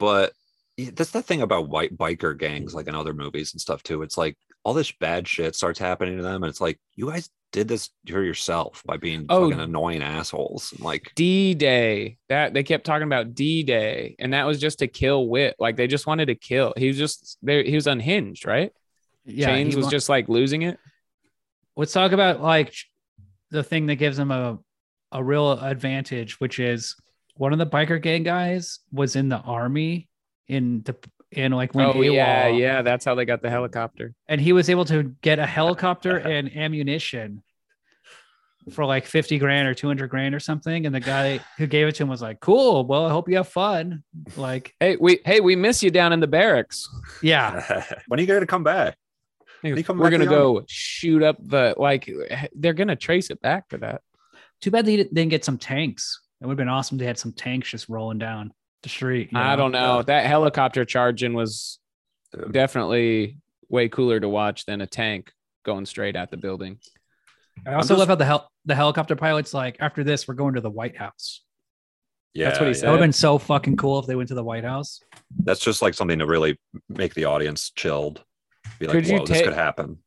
But yeah, that's the thing about white biker gangs, like in other movies and stuff too. It's like all this bad shit starts happening to them, and it's like you guys did this to yourself by being
Oh.
fucking annoying assholes. And like,
D Day. That they kept talking about D Day, and that was just to kill Wit. Like they just wanted to kill. He was just there. He was unhinged, right?
yeah,
Chains
he
was
wa-
just like losing it.
let's talk about like the thing that gives him a a real advantage, which is one of the biker gang guys was in the army in the in like when
oh yeah,
AWOL,
yeah. That's how they got the helicopter.
and he was able to get a helicopter and ammunition for like 50 grand or 200 grand or something and the guy who gave it to him was like cool well i hope you have fun like
Hey, we hey we miss you down in the barracks.
yeah
when are you gonna come back?
We're
you come back
gonna
to the
go shoot up the like. eh, They're gonna trace it back to that.
too bad they didn't, didn't get some tanks it would have been awesome to had some tanks just rolling down the street you
I
know?
don't know. that helicopter charging was
Dude.
definitely way cooler to watch than a tank going straight at the building.
I also
just-
love how the hel- the helicopter pilot's like, after this, we're going to the White House.
Yeah,
That's what he
That would
said.
have been so fucking cool if they went to the White House.
That's just like something to really make the audience chilled. Be like,
Could you
whoa, this
ta-
could happen.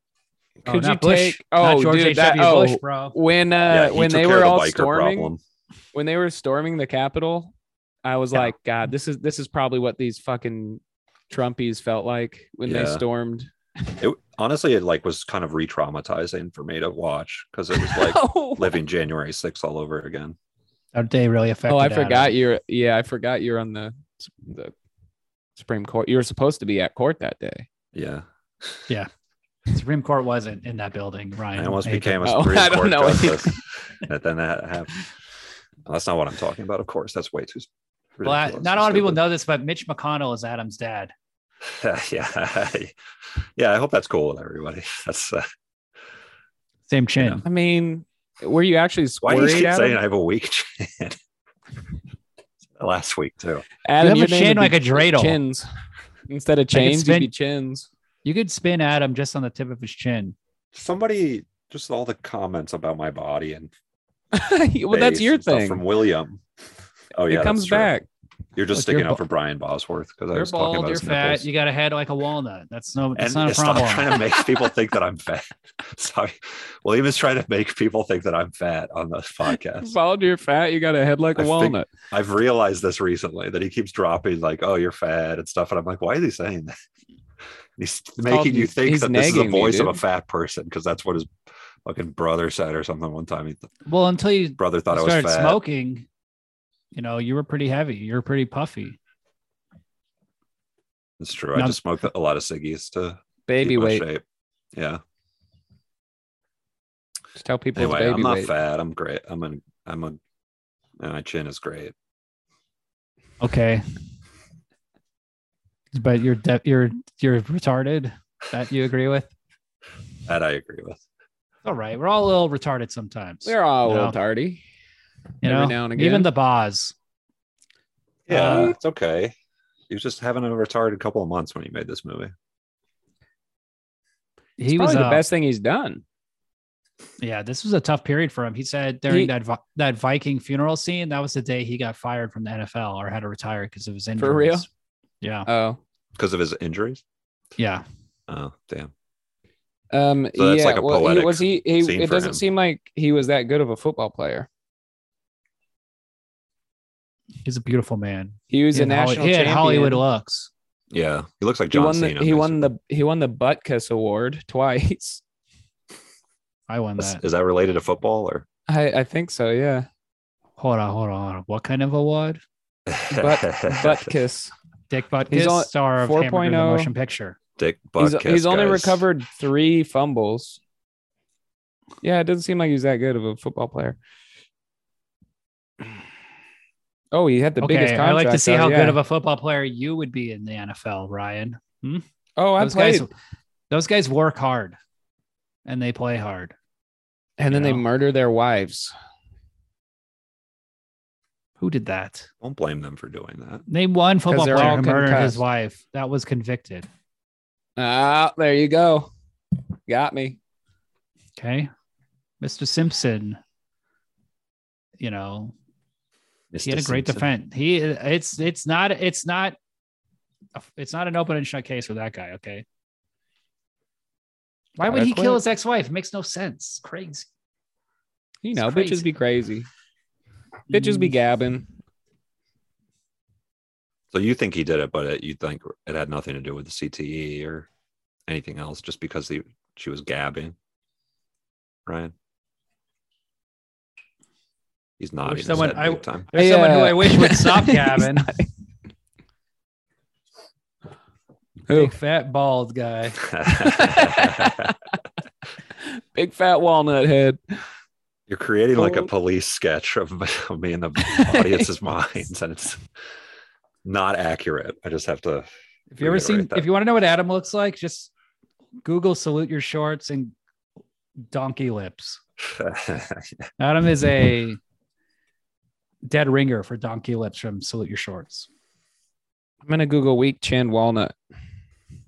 Oh,
Could
not
you
Bush,
take?
not
Oh,
George
dude, that,
H.W.
oh,
Bush, bro.
when uh
yeah, he
when
took
they
care
were
of the
all
biker
storming
problem.
when they were storming the capitol i was
Yeah.
like god this is this is probably what these fucking trumpies felt like when they
Yeah.
stormed
It honestly, it like was kind of re-traumatizing for me to watch because it was like
oh,
living January 6th all over again.
That day really affected.
Oh, i
Adam.
forgot you're yeah i forgot you're on the the supreme court you were supposed to be at court that day
Yeah.
Yeah. Supreme Court wasn't in that building, Ryan.
I almost
Maybe.
became a
Oh,
Supreme
I don't
Court
know.
justice, and then that happened. Well, that's not what I'm talking about. Of course, that's way too.
Well, I-
ridiculous
not a
and
lot of people
stupid.
know this, but Mitch McConnell is Adam's dad.
yeah, yeah. I hope that's cool with everybody. That's uh,
Same chin.
Yeah.
I mean, were you actually
why do you
worried,
keep
Adam?
saying I have a weak chin? Last week too.
Adam,
you have
your
a
name
chin like
would be
a dreidel.
Chins instead of
could
chains,
spin-
you'd be chins.
You could spin Adam just on the tip of his chin.
Somebody just all the comments about my body and
well, that's
face
your
and stuff
thing.
from William. Oh yeah,
it comes
that's true.
back.
You're just
Look,
sticking
you're
up for Brian Bosworth because I
You're
was talking
bald,
about
you're
his
fat,
nipples.
you got a head like a walnut. That's no that's
and
not a problem.
stop trying to make people think that I'm fat. Sorry, William is trying to make people think that I'm fat on this podcast.
Bald, you're fat. You got a head like a
I think-
walnut.
I've realized this recently that he keeps dropping like, "Oh, you're fat" and stuff, and I'm like, "Why is he saying that?" He's
called-
making you think
he's
that this is
nagging
the
me,
voice of a
dude.
fat person because that's what his fucking brother said or something one time. His
well, until you
brother thought I was
started
fat.
smoking, you know, you were pretty heavy. You're pretty puffy.
It's true.
No.
I just smoked a lot of ciggies to
Baby
keep my
weight.
shape. Yeah.
Just tell people
Anyway,
it's
I'm
baby
not
weight.
fat. I'm great. I'm an. I'm a. And my chin is great.
Okay. But you're de- you're you're retarded. That you agree with?
That I agree with.
All right, we're all a little retarded sometimes.
We're all a
No.
little tardy.
you know,
every now and
even
again.
the Boz.
Yeah,
Uh,
it's okay. He was just having a retarded couple of months when he made this movie.
He
It's
was
probably
uh,
the best thing he's done.
Yeah, this was a tough period for him. He said during
He-
that Vi- that Viking funeral scene, that was the day he got fired from the NFL or had to retire because of his injuries.
real?
Yeah,
Oh,
Because of his injuries?
yeah.
Oh, damn.
um,
So that's
yeah.
like a
well, he,
poetic
was he? he
scene
it
for
doesn't
him.
seem like he was that good of a football player.
He's a beautiful man.
He was
He
a
had Holly-
national
he had
champion.
Hollywood looks.
Yeah. He looks like
He
John
won the
Cena.
he won the he won the butt kiss award twice.
I won
basically.
that.
Is that related to football or?
I I think so. Yeah,
Hold on, hold on. hold on. What kind of award?
butt kiss.
Dick
He's
Butkus,
on- oh,
star of Hamburger the
4.0.
Motion Picture.
Dick butt
He's,
kiss.
he's only
guys.
recovered three fumbles. Yeah, it doesn't seem like he's that good of a football player. Oh, he had the biggest
okay, I
contract.
like to see
though,
how
yeah.
good of a football player you would be in the NFL, Ryan.
Oh, I
those
played,
guys, those guys work hard, and they play hard.
and then
you
they
know.
murder their wives.
Who did that?
Don't blame them for doing that.
Name one football
they're
player
all
who murdered his
concussed.
wife that was convicted.
Ah, there you go. Got me.
Okay. Mr. Simpson, you know, he had a
Mr.
great
Simpson.
defense. He it's it's not it's not it's not an open and shut case for that guy, okay? Why would
Gotta
he kill
quit.
his ex-wife? It makes no sense. Crazy.
You
It's
know,
crazy. Mm.
bitches be crazy. Bitches be gabbing.
So you think he did it, but it, you think it had nothing to do with the CTE or anything else just because he, she was gabbing? Ryan? He's nodding. his
someone-
head
I-
big time.
There's someone who
Yeah.
I wish would stop gabbing.
Who?
Big fat bald guy.
Big fat walnut head.
You're creating like a
Oh.
police sketch of of me in the audience's minds, and it's not accurate. I just have to.
If you ever
Reiterate
seen,
that.
if you want to know what Adam looks like, just Google salute your shorts and donkey lips. Adam is a dead ringer for donkey lips from salute your shorts.
I'm gonna Google weak chin walnut.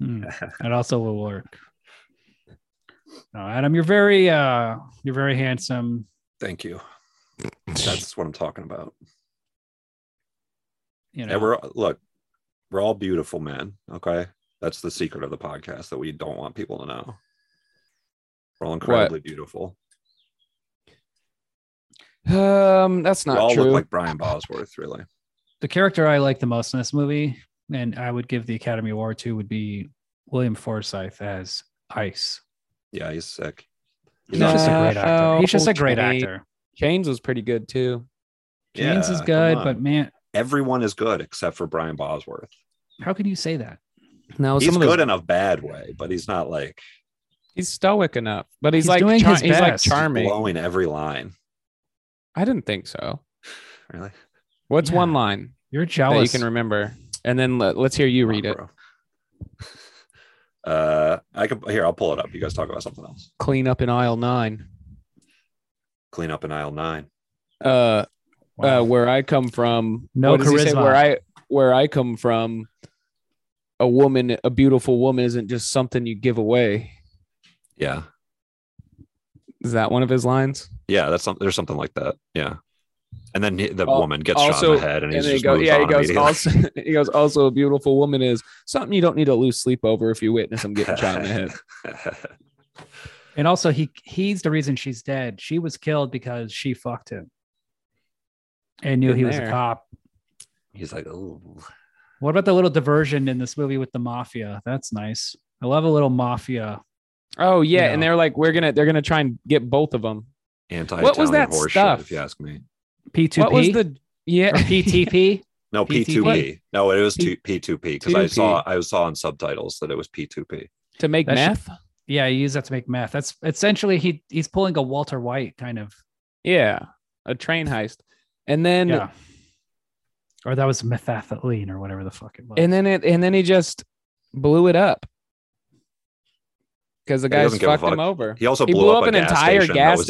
Hmm. That also will work. No, Adam, you're very, uh, you're very handsome.
Thank you. That's what I'm talking about.
You know,
And we're look, we're all beautiful men. Okay, that's the secret of the podcast that we don't want people to know. We're all incredibly beautiful.
Um, that's
we
not
all
true.
look like Brian Bosworth, really.
the character I like the most in this movie, and I would give the Academy Award to, would be William Forsythe as Ice.
Yeah, he's sick.
He's just a great actor. He's just a great
Okay.
actor.
Chains was pretty good too.
James
Yeah,
is
come
good,
on.
but man,
everyone is good except for Brian Bosworth.
how can you say that?
No,
he's
some of
good
those,
in a bad way, but he's not like
He's stoic enough, but he's,
He's
like
doing
char-
his
he's like
best.
charming.
blowing every line.
I didn't think so.
Really?
What's
Yeah.
one line
You're
that you
jealous.
can remember? And then let, let's hear you read it.
Bro. Uh, I could here. I'll pull it up. You guys talk about something else.
Clean up in aisle nine.
Clean up in aisle nine.
Uh,
Wow.
uh, where I come from.
No
what does he say?
charisma.
Where I where I come from, a woman, a beautiful woman, isn't just something you give away.
Yeah,
Is that one of his lines?
yeah. That's something. There's something like that. Yeah. And then he- the
Al-
woman gets shot in
also-
the head, and
And
he's
then he
just
goes,
moves
yeah,
on
he goes.
immediately.
Also, he goes. Also, a beautiful woman is something you don't need to lose sleep over if you witness him getting shot in the head.
and also, he he's the reason she's dead. She was killed because she fucked him and knew
Been
he was
there.
a cop.
he's like, ooh.
What about the little diversion in this movie with the mafia? That's nice. I love a little mafia.
Oh yeah, and
No.
they're like, we're gonna, they're gonna try and get both of them.
Anti
What was that
horseshit,
stuff?
if you ask me.
P2P
What was the
or
yeah?
PTP?
No,
PTP.
P2P. No, it was
P-
P- P2P because I
2P.
saw I saw in subtitles that it was P2P.
to make
That
meth.
should- yeah, you use that to make meth. That's essentially he he's pulling a Walter White kind of
yeah, a train heist, and then
yeah. Or that was methathylene or whatever the fuck it was.
and then it and then he just blew it up because the
Yeah, he
guys
doesn't give a
fucked him
fuck.
over.
He also
He
blew,
blew
up,
up
a
an
gas
entire
station that
gas
was-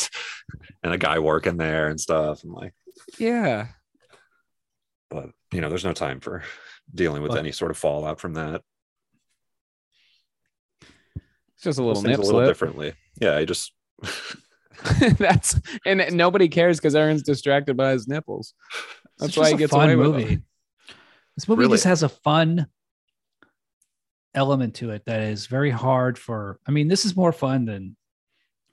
station, yeah.
and a guy working there and stuff. And like,
Yeah,
but you know, there's no time for dealing with
But-
any sort of fallout from that.
it's just a
Those
little
things
nip
a little
slip.
differently. Yeah, I just
That's and nobody cares because Aaron's distracted by his nipples. That's
It's
why
just
he
a
gets
fun
away with
movie.
it.
This movie
Really.
just has a fun element to it that is very hard for. I mean, this is more fun than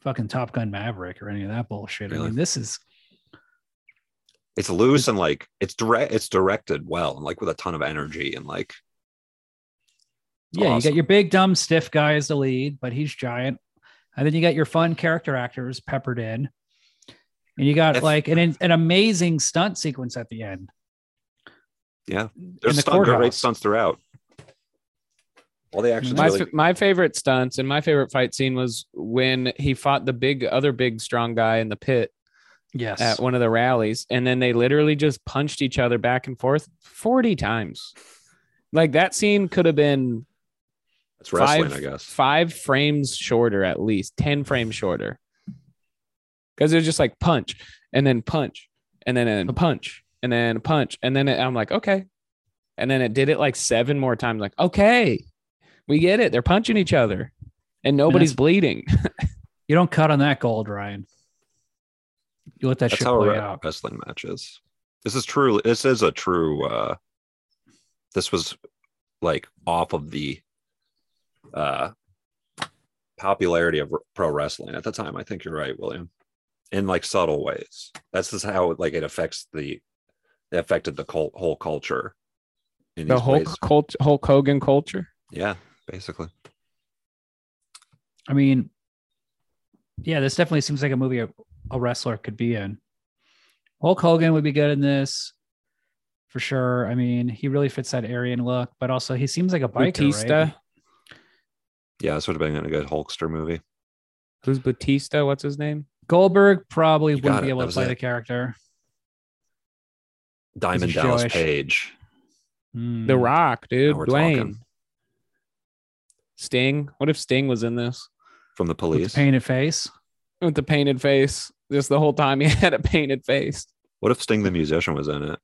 fucking Top Gun Maverick or any of that bullshit. I
Really?
mean, this is
it's loose and like it's direct. It's directed well and like with a ton of energy and like
yeah. You
Awesome.
got your big dumb stiff guy as the lead, but he's giant, and then you got your fun character actors peppered in, and you got
If-
like an an amazing stunt sequence at the end.
there's
the
stunt, great
courthouse.
stunts throughout. All the action's
My,
really
f- my favorite stunts and my favorite fight scene was when he fought the big other big strong guy in the pit
Yes,
at one of the rallies, and then they literally just punched each other back and forth forty times. Like that scene could have been
it's wrestling,
five,
I guess.
Five frames shorter, at least 10 frames shorter. Because it was just like punch and then punch and then a punch and then a punch. And then it, I'm like, okay. And then it did it like seven more times. Like, okay, we get it. They're punching each other and nobody's
that's-
bleeding.
you don't cut on that gold, Ryan. You let that
That's
shit
how a
play
re-
out.
wrestling match is. This is true. This is a true. uh This was like off of the uh popularity of r- pro wrestling at the time. I think you're right, William. In like subtle ways. That's just how like it affects the. It affected the cult, whole culture. In
the
these
Hulk,
ways.
cult, Hulk Hogan culture.
Yeah, basically.
I mean, yeah, this definitely seems like a movie a, a wrestler could be in. Hulk Hogan would be good in this for sure. I mean, he really fits that Aryan look, but also he seems like a biker,
Batista.
right?
Yeah, this would have been a good Hulkster movie.
Who's Batista? What's his name?
Goldberg probably
You
wouldn't
got it.
be able
That
to
was
play
it.
the character.
Diamond
He's
Dallas
Jewish.
Page.
Hmm.
The Rock, dude.
Now we're
Dwayne.
talking.
Sting. What if Sting was in this?
From the
with the
police.
painted face.
with the painted face. Just the whole time he had a painted face.
what if Sting the musician was in it?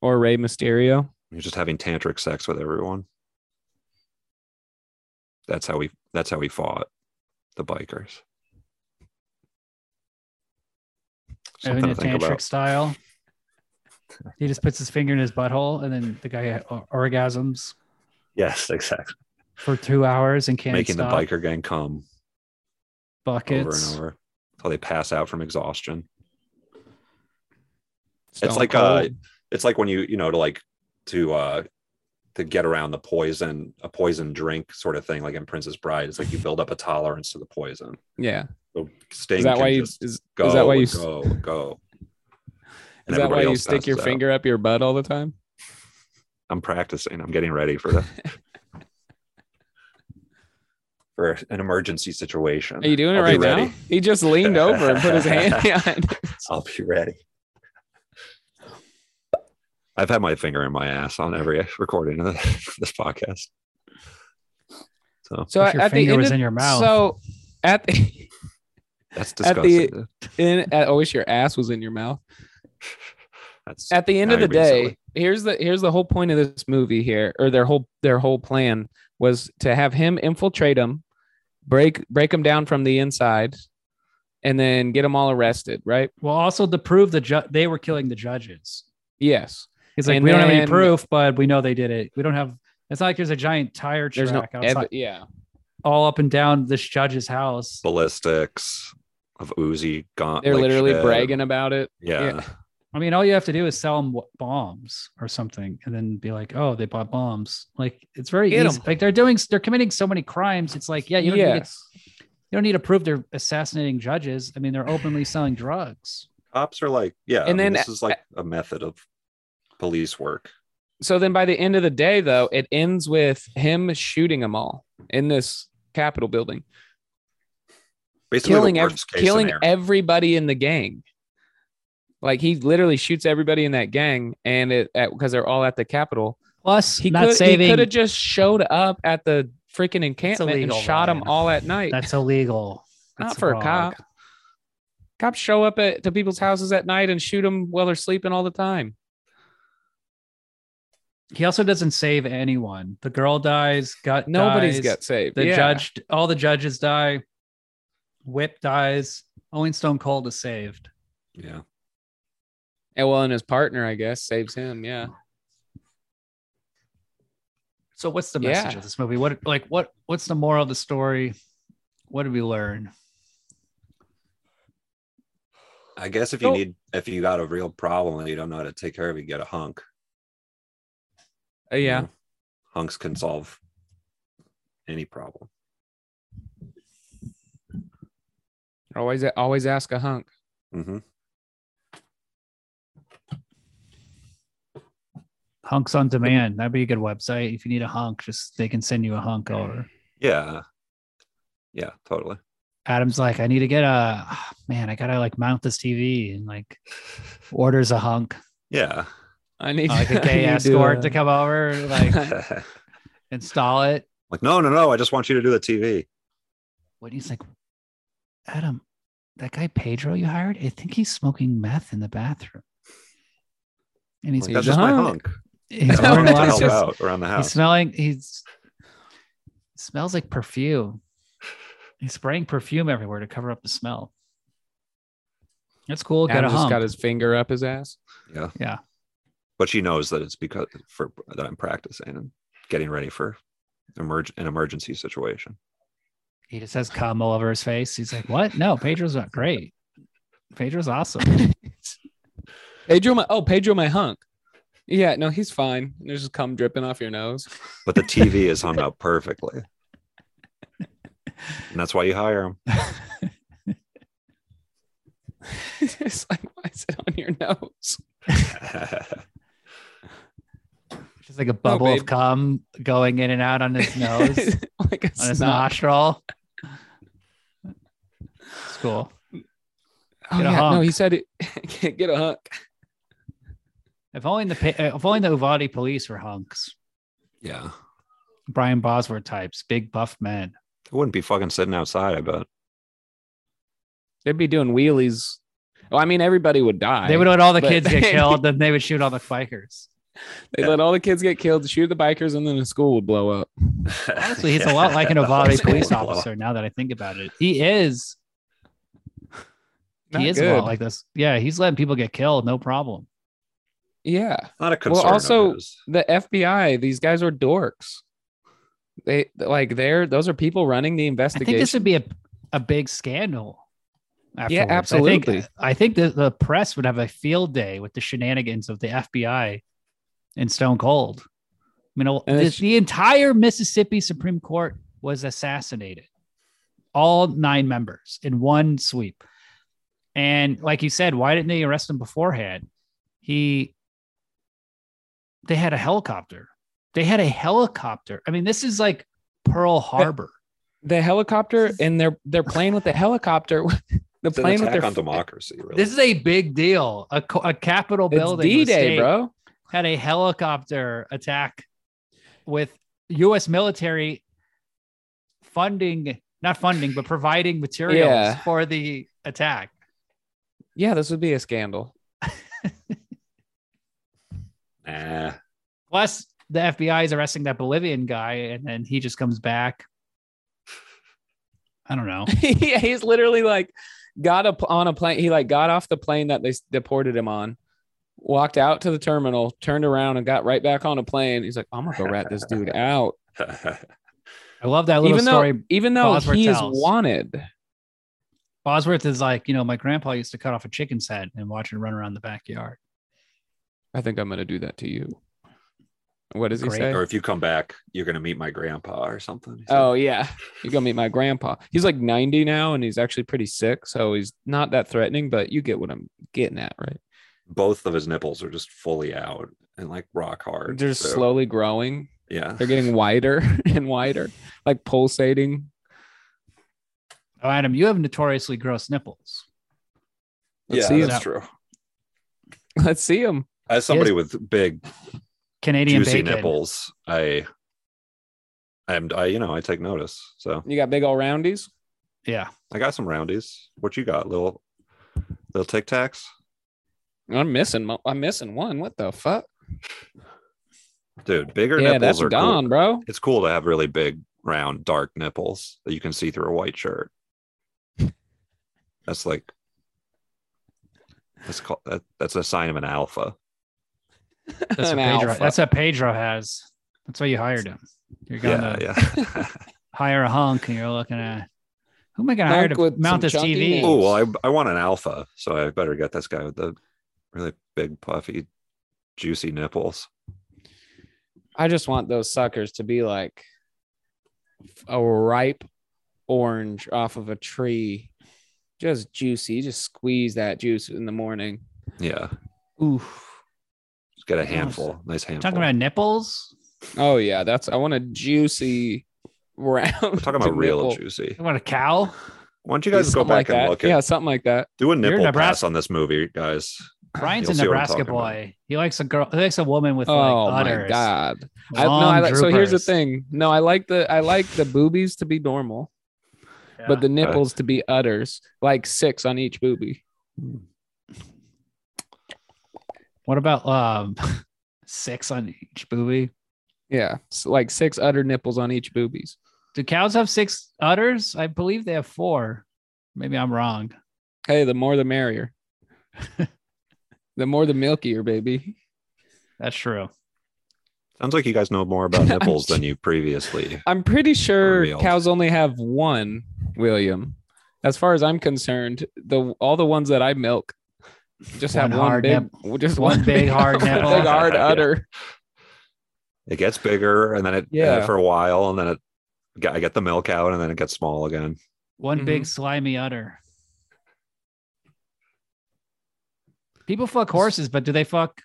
Or Rey Mysterio.
You're just having tantric sex with everyone. That's how we. That's how we fought the bikers. Something
having
to
a
think
tantric
about.
style. He just puts his finger in his butthole, and then the guy or- orgasms
Yes, exactly.
for two hours and can't
Making
stop.
the biker gang come over
buckets.
and over until they pass out from exhaustion.
Stone
like,
Cold.
uh, It's like when you you know to like to uh to get around the poison a poison drink sort of thing like in Princess Bride. It's like you build up a tolerance to the poison.
yeah.
So Sting
Is that
can
why you
just
is,
go,
is that why you s-
go go? And
is that why
everybody
you
else uh,
stick your
passes out.
finger up your butt all the time?
I'm practicing. I'm getting ready for the for an emergency situation.
Are you doing it
I'll be
right now?
ready.
He just leaned over and put his hand behind.
I'll be ready. I've had my finger in my ass on every recording of this podcast. So
So
if your
at the
finger
end
was
of,
in your mouth.
So at the
that's
At the-
disgusting.
in at, I wish your ass was in your mouth.
that's
At the end
Now
of the
you're being
day,
silly.
here's the here's the whole point of this movie here, or their whole their whole plan was to have him infiltrate him, break break him down from the inside, and then get them all arrested, right?
well, also to prove the ju- they were killing the judges.
Yes.
He's like,
And
we don't have any
then-
proof, but we know they did it. We don't have. It's not like there's a giant tire
There's no
track outside,
ev- yeah.
all up and down this judge's house.
ballistics of Uzi gone.
They're
like,
literally
shit.
bragging about it.
Yeah.
I mean, all you have to do is sell them bombs or something, and then be like, "Oh, they bought bombs." Like it's very
Get
easy.
'em.
Like they're doing, they're committing so many crimes. It's like, yeah, you don't, need, to,
yes.
you don't need to prove they're assassinating judges. I mean, they're openly selling drugs.
Cops are like, yeah.
And
And
then-
then this is like a method of police work.
so then by the end of the day though it ends with him shooting them all in this capitol building
Basically,
killing
the
ev-
worst case
killing
scenario.
everybody in the gang like he literally shoots everybody in that gang and it because they're all at the capitol
Plus,
he
not
could
saving.
have just showed up at the freaking encampment
illegal,
and shot them
Ryan.
all at night
that's illegal.
not
That's
for
wrong.
a cop cops show up at to people's houses at night and shoot them while they're sleeping all the time
He also doesn't save anyone. The girl dies. Gut
nobody's
dies.
got saved
The
Yeah.
judge, all the judges die. Whip dies. Only Stone Cold is saved.
Yeah.
and well and his partner i guess saves him yeah
So, what's the message
Yeah.
of this movie? What, like, what, what's the moral of the story? What did we learn?
I guess if you
So-
need, if you got a real problem and you don't know how to take care of it, get a hunk.
Uh,
you
yeah
know? Hunks can solve any problem. Mm-hmm.
Always, always ask a hunk.
hmm
Hunks on demand. That'd be a good website. If you need a hunk, just they can send you a hunk over.
Yeah. Yeah, totally.
Adam's like, I need to get a man. I gotta like mount this TV and like orders a hunk,
Yeah.
I need
uh, like a
I
gay
need to,
escort
uh,
to come over, like
like,
install it.
no, no, no. I just want you to do the TV.
What he's like, Adam, that guy Pedro you hired, I think he's smoking meth in the bathroom. And he's
Like,
He's
that's
a
just my
hunk.
hunk.
he's
I want
wearing a
to
lot of
help
stuff.
out around the
He's
house.
smelling. He's smells like perfume. He's spraying perfume everywhere to cover up the smell. That's cool. Got a
Adam just
hump.
got his finger up his ass.
Yeah.
Yeah.
But she knows that it's because for that I'm practicing and getting ready for emerge an emergency situation.
he just has cum all over his face. He's like, "What? No, Pedro's not great. Pedro's awesome."
Pedro, my oh Pedro, my hunk. Yeah, no, he's fine. There's just cum dripping off your nose.
But the TV is hung up perfectly. And that's why you hire him.
it's like, why is it on your nose?
Just like a bubble of
babe.
cum going in and out on his nose,
like a
on his
snot.
nostril. It's cool.
Oh,
Get a
yeah, no,
hunk.
he said it. get a hunk.
If only the pa- uh, if only the Uvalde police were hunks,
yeah.
Brian Bosworth types, big buff men.
It wouldn't be fucking sitting outside, I bet.
They'd be doing wheelies. Well, I mean, everybody would die.
They would let all the
but-
kids get killed, then they would shoot all the bikers.
They'd let all the kids get killed, shoot the bikers, and then the school would blow up.
Honestly, he's a lot like an Uvalde
That's
police
horrible.
officer. Now that I think about it, he is.
Not
he is a lot like this. Yeah, he's letting people get killed, no problem.
yeah.
Not a concern.
Well,
of
also-
his.
the FBI, these guys are dorks. They like they're those are people running the
I think this
investigation.
would be a, a big scandal.
Yeah,
afterwards. I
absolutely.
think, I think that the press would have a field day with the shenanigans of the FBI and Stone Cold. I mean,
And
the,
it's-
the entire Mississippi Supreme Court was assassinated, all nine members in one sweep. And like you said, why didn't they arrest him beforehand? He, they had a helicopter. They had a helicopter. I mean, this is like Pearl Harbor.
the helicopter and they're they're playing with the helicopter. The
It's an
plane with
attack
their
on democracy, really.
This is a big deal. A, co- a Capitol
it's
building the
D Day,
state
bro.
had a helicopter attack with U.S. military funding, not funding, but providing materials
Yeah.
for the attack.
Yeah, this would be a scandal.
Nah.
Plus, the FBI is arresting that Bolivian guy, and then he just comes back. I don't know.
yeah, he's literally like got up on a plane. He like got off the plane that they s- deported him on, walked out to the terminal, turned around, and got right back on a plane. He's like, I'm gonna go rat this dude out.
I love that little
Even though,
story.
even though
Bosworth
he is
tells.
wanted.
Bosworth is like, you know, my grandpa used to cut off a chicken's head and watch it run around the backyard.
I think I'm gonna do that to you. What does he
Great.
say?
or if you come back, you're gonna meet my grandpa or something.
Oh yeah, you go meet my grandpa. He's like 90 now, and he's actually pretty sick, so he's not that threatening. But you get what I'm getting at, right?
both of his nipples are just fully out and like rock hard.
They're just
so,
slowly growing.
Yeah.
They're getting wider and wider, like pulsating.
Oh, Adam, you have notoriously gross nipples.
Let's
yeah,
see
that's true.
Let's see him.
As somebody with big
Canadian
juicy
bacon.
nipples, I I'm I you know, I take notice. So
You got big old roundies.
Yeah.
I got some roundies. What you got? Little little tic tacs?
I'm missing. mo- I'm missing one. What the fuck?
Dude, bigger
yeah,
nipples
that's
are
gone,
cool.
bro.
It's cool to have really big, round, dark nipples that you can see through a white shirt. That's like that's called that, that's a sign of an alpha.
That's, what
An
Pedro,
alpha.
that's what Pedro has. That's why you hired him. You're going
Yeah,
to
yeah.
hire a hunk and you're looking at who am I going to
Hunk
hire to
with some
mount this
chunky
TV?
nipples.
oh well, I I want an alpha, so I better get this guy with the really big, puffy, juicy nipples.
I just want those suckers to be like a ripe orange off of a tree, just juicy. You just squeeze that juice in the morning.
Yeah,
Ooh,
just get a
Nice.
handful, nice handful.
talking about nipples.
Oh yeah, that's I want a juicy round.
We're talking about real
nipple.
juicy.
You want a cow?
Why don't you guys go
Something like
back and
that.
look at
yeah, something like that.
do a
You're
nipple pass
Nebraska-
on this movie, guys?
Brian's
You'll
a
see what I'm
Nebraska
talking about.
boy. He likes a girl. He likes a woman with
oh
like
my
udders.
god! I, no,
long
I like, so here's the
droopers.
thing. No, I like the I like the boobies to be normal,
Yeah.
but the nipples to be udders, like six on each boobie.
what about um six on each boobie?
Yeah, s- like six udder nipples on each boobies.
Do cows have six udders? I believe they have four. Maybe I'm wrong.
Hey, the more the merrier. the more the milkier, baby.
That's true.
Sounds like you guys know more about nipples than you previously.
I'm pretty sure
real.
cows only have one, William. As far as I'm concerned, the all the ones that I milk just
One
have one
hard
big, just one, big hard
nipple.
big hard
Yeah.
udder.
It gets bigger, and then it yeah.
Yeah.
for a while, and then it. got- I get the milk out, and then it gets small again.
One
Mhm.
big slimy udder. People fuck horses, but do they fuck?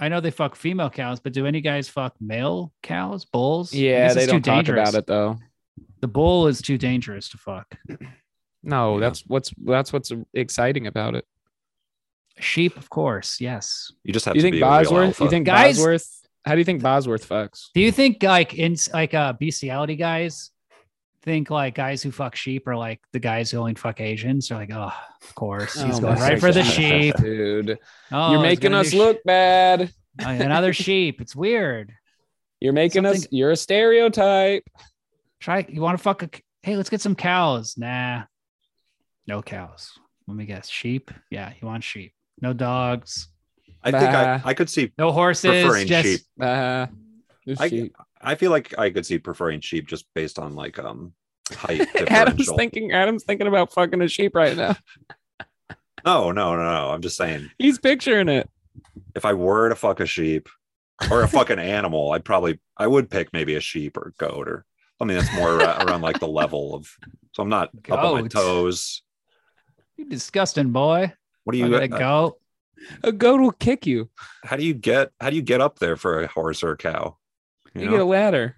I know they fuck female cows, but do any guys fuck male cows, bulls? I
Yeah,
guess
they
it's
don't talk about it though.
The bull is too dangerous to fuck.
No,
Yeah.
that's what's that's what's exciting about it.
Sheep, of course. Yes.
You just have
you
to
think
be a real
Bosworth?
alpha.
You think
Guys-
Bosworth? How do you think Bosworth fucks?
Do you think like in like uh bestiality guys think like guys who fuck sheep are like the guys who only fuck Asians? They're like, oh, of course, he's
Oh
going
my
right for the
gosh,
sheep.
dude.
Oh,
You're
he's
making
gonna
us
do
look bad.
sh- Oh, another sheep. It's weird.
You're making us.
Something-
You're a stereotype.
Try. You want to fuck a? c- Hey, let's get some cows. Nah, no cows. Let me guess. Sheep. Yeah, you want sheep. No dogs.
I think I,
Bah.
I could see
No horses.
preferring
just
sheep.
Uh, the
I-
sheep.
I feel like I could see preferring sheep just based on like um height
Adam's
differential.
thinking. Adam's thinking about fucking a sheep right now.
no, no, no, no. I'm just saying
He's picturing it.
if I were to fuck a sheep or a fucking animal, I'd probably I would pick maybe a sheep or goat or something that's more ra- around like the level of. So I'm not up on my
Goat.
toes.
you disgusting boy.
What do
You
you?
gotta
uh,
go.
A goat will kick you.
How do you get? How do you get up there for a horse or a cow?
You,
You
get a
know?
ladder.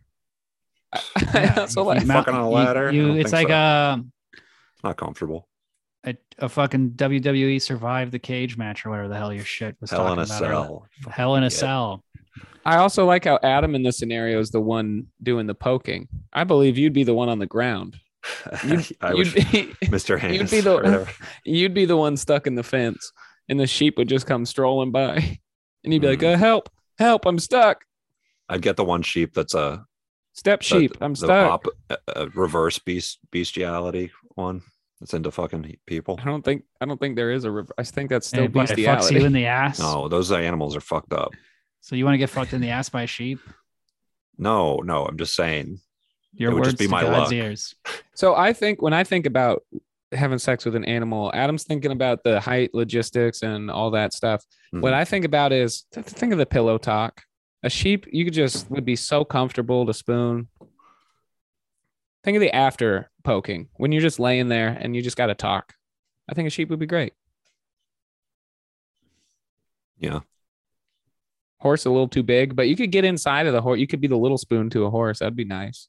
Yeah,
so
you
like,
mount-
Fucking on a
you-
ladder? I
You,
don't
it's like
think so.
um,
Not comfortable.
a, a fucking WWE survived the cage match or whatever the hell your shit was
Hell in
talking
a
about. earlier.
cell.
Hell in a
Yeah.
cell.
I also like how Adam in this scenario is the one doing the poking. I believe you'd be the one on the ground. You'd-
I
you'd
wish
be,
Mr. Hands.
be the-
or whatever.
you'd be the one stuck in the fence, and the sheep would just come strolling by, and you'd be like,
Mm.
uh, "Help! Help! I'm stuck!
I'd get the one sheep that's a
Step sheep! I'm
the
stuck!"
op, a, a reverse beast bestiality one that's into fucking people.
I don't think I don't think there is a. Rev- I think that's still
And it fucking fucks
bestiality.
you in the ass.
No, those animals are fucked up.
So you want to get fucked in the ass by a sheep?
No, no, I'm just saying.
Your
It would
words
just be
to
my
God's
luck.
ears.
So I think when I think about having sex with an animal, Adam's thinking about the height logistics and all that stuff. What
Mhm.
I think about is th- think of the pillow talk. A sheep, you could just would be so comfortable to spoon. Think of the after poking when you're just laying there and you just got to talk. I think a sheep would be great.
Yeah.
Horse a little too big, but you could get inside of the horse. You could be the little spoon to a horse. That'd be nice.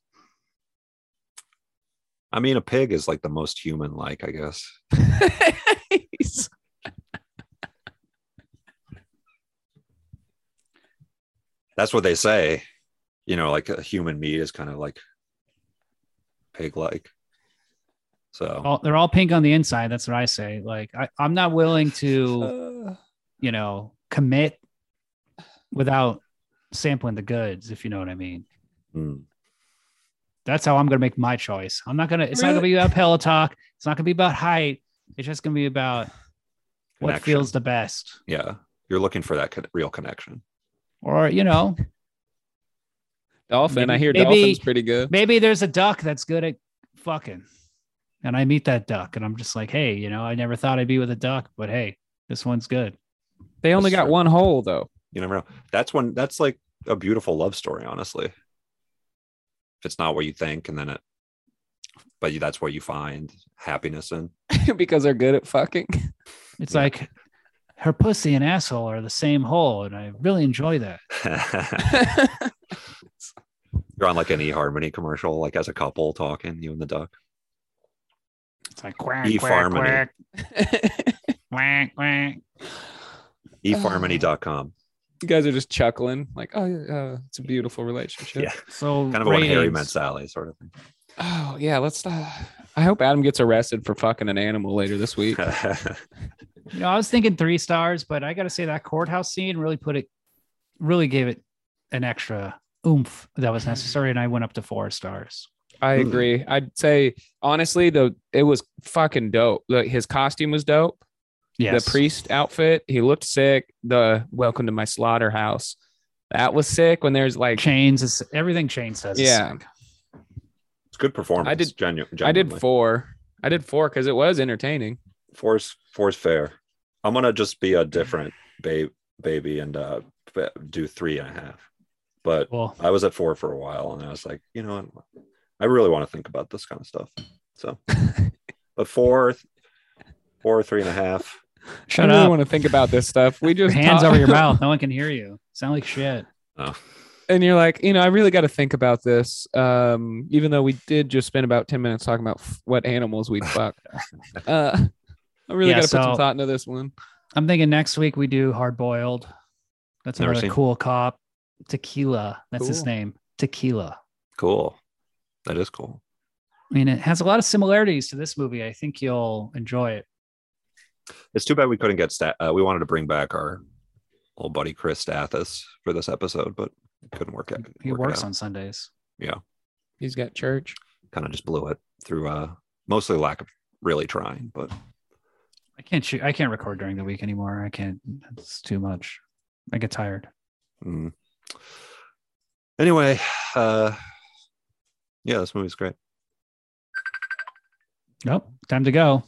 I mean, a pig is like the most human like, I guess. That's what they say. You know, like a human meat is kind of like pig like. So
All, they're all pink on the inside. That's what I say. Like I, I'm not willing to, you know, commit without sampling the goods. If you know what I mean.
mm,
That's how I'm going to make my choice. I'm not going to, it's not going to be about pillow talk. It's not going to be about height. It's just going to be about what
connection.
feels the best.
yeah. You're looking for that con- real connection.
Or, you know,
Dolphin. I
Maybe-
hear
maybe-
dolphins pretty good.
maybe there's a duck that's good at fucking. And I meet that duck and I'm just like, hey, you know, I never thought I'd be with a duck, but hey, this one's good.
They only
That's
got
true.
one hole though.
You never know. That's when that's like a beautiful love story, honestly. If it's not what you think, and then it, but you, that's what you find happiness in.
because they're good at fucking.
It's
Yeah.
like her pussy and asshole are the same hole. And I really enjoy that.
You're on like an eHarmony commercial, like as a couple talking, you and the duck.
It's like quack, quack,
E-Farmony.
quack, quack, quack. Oh,
eFarmony.com.
you guys are just chuckling, like, oh, yeah, uh, it's a beautiful relationship.
Yeah.
So,
Kind of a one Harry
ratings.
Met Sally sort of thing.
Oh yeah, let's. Uh, I hope Adam gets arrested for fucking an animal later this week.
You know, I was thinking three stars, but I got to say that courthouse scene really put it, really gave it an extra oomph that was necessary, and I went up to four stars.
I
Hmm.
agree. I'd say honestly, though, it was fucking dope. Like his costume was dope.
Yes,
The priest outfit, he looked sick. The welcome to my slaughterhouse, that was sick. When there's like,
chains is everything. Chain says, is
Yeah.
sick.
it's good performance.
I did-
Genu-
I did
genuinely.
four. I did four because it was entertaining.
Force force fair. I'm gonna just be a different babe baby and uh fa- do three and a half. But
Well,
I was at four for a while and I was like, you know, what? I really want to think about this kind of stuff. So but four four three and a half.
shut
I really
up.
want to think about this stuff. We
Your
just
hands
talk-
over your mouth. No one can hear you. Sound like shit.
Oh.
and you're like, you know, I really got to think about this. Um, even though we did just spend about 10 minutes talking about f- what animals we'd fuck. uh, I really
Yeah,
got to put
so-
some thought into this one.
I'm thinking next week we do hard boiled. That's
Never
another
seen.
cool cop. Tequila. That's his
Cool.
name. Tequila.
Cool. That is cool.
I mean, it has a lot of similarities to this movie. I think you'll enjoy it.
It's too bad we couldn't get stat uh, we wanted to bring back our old buddy Chris Stathis for this episode, but it couldn't work out.
He
work it
works
out.
on Sundays.
He's got church.
kind of just blew it through uh mostly lack of really trying, but
I can't shoot. I can't record during the week anymore. I can't. It's too much. I get tired.
mm. anyway, uh yeah, this movie's great.
Nope. Time to go.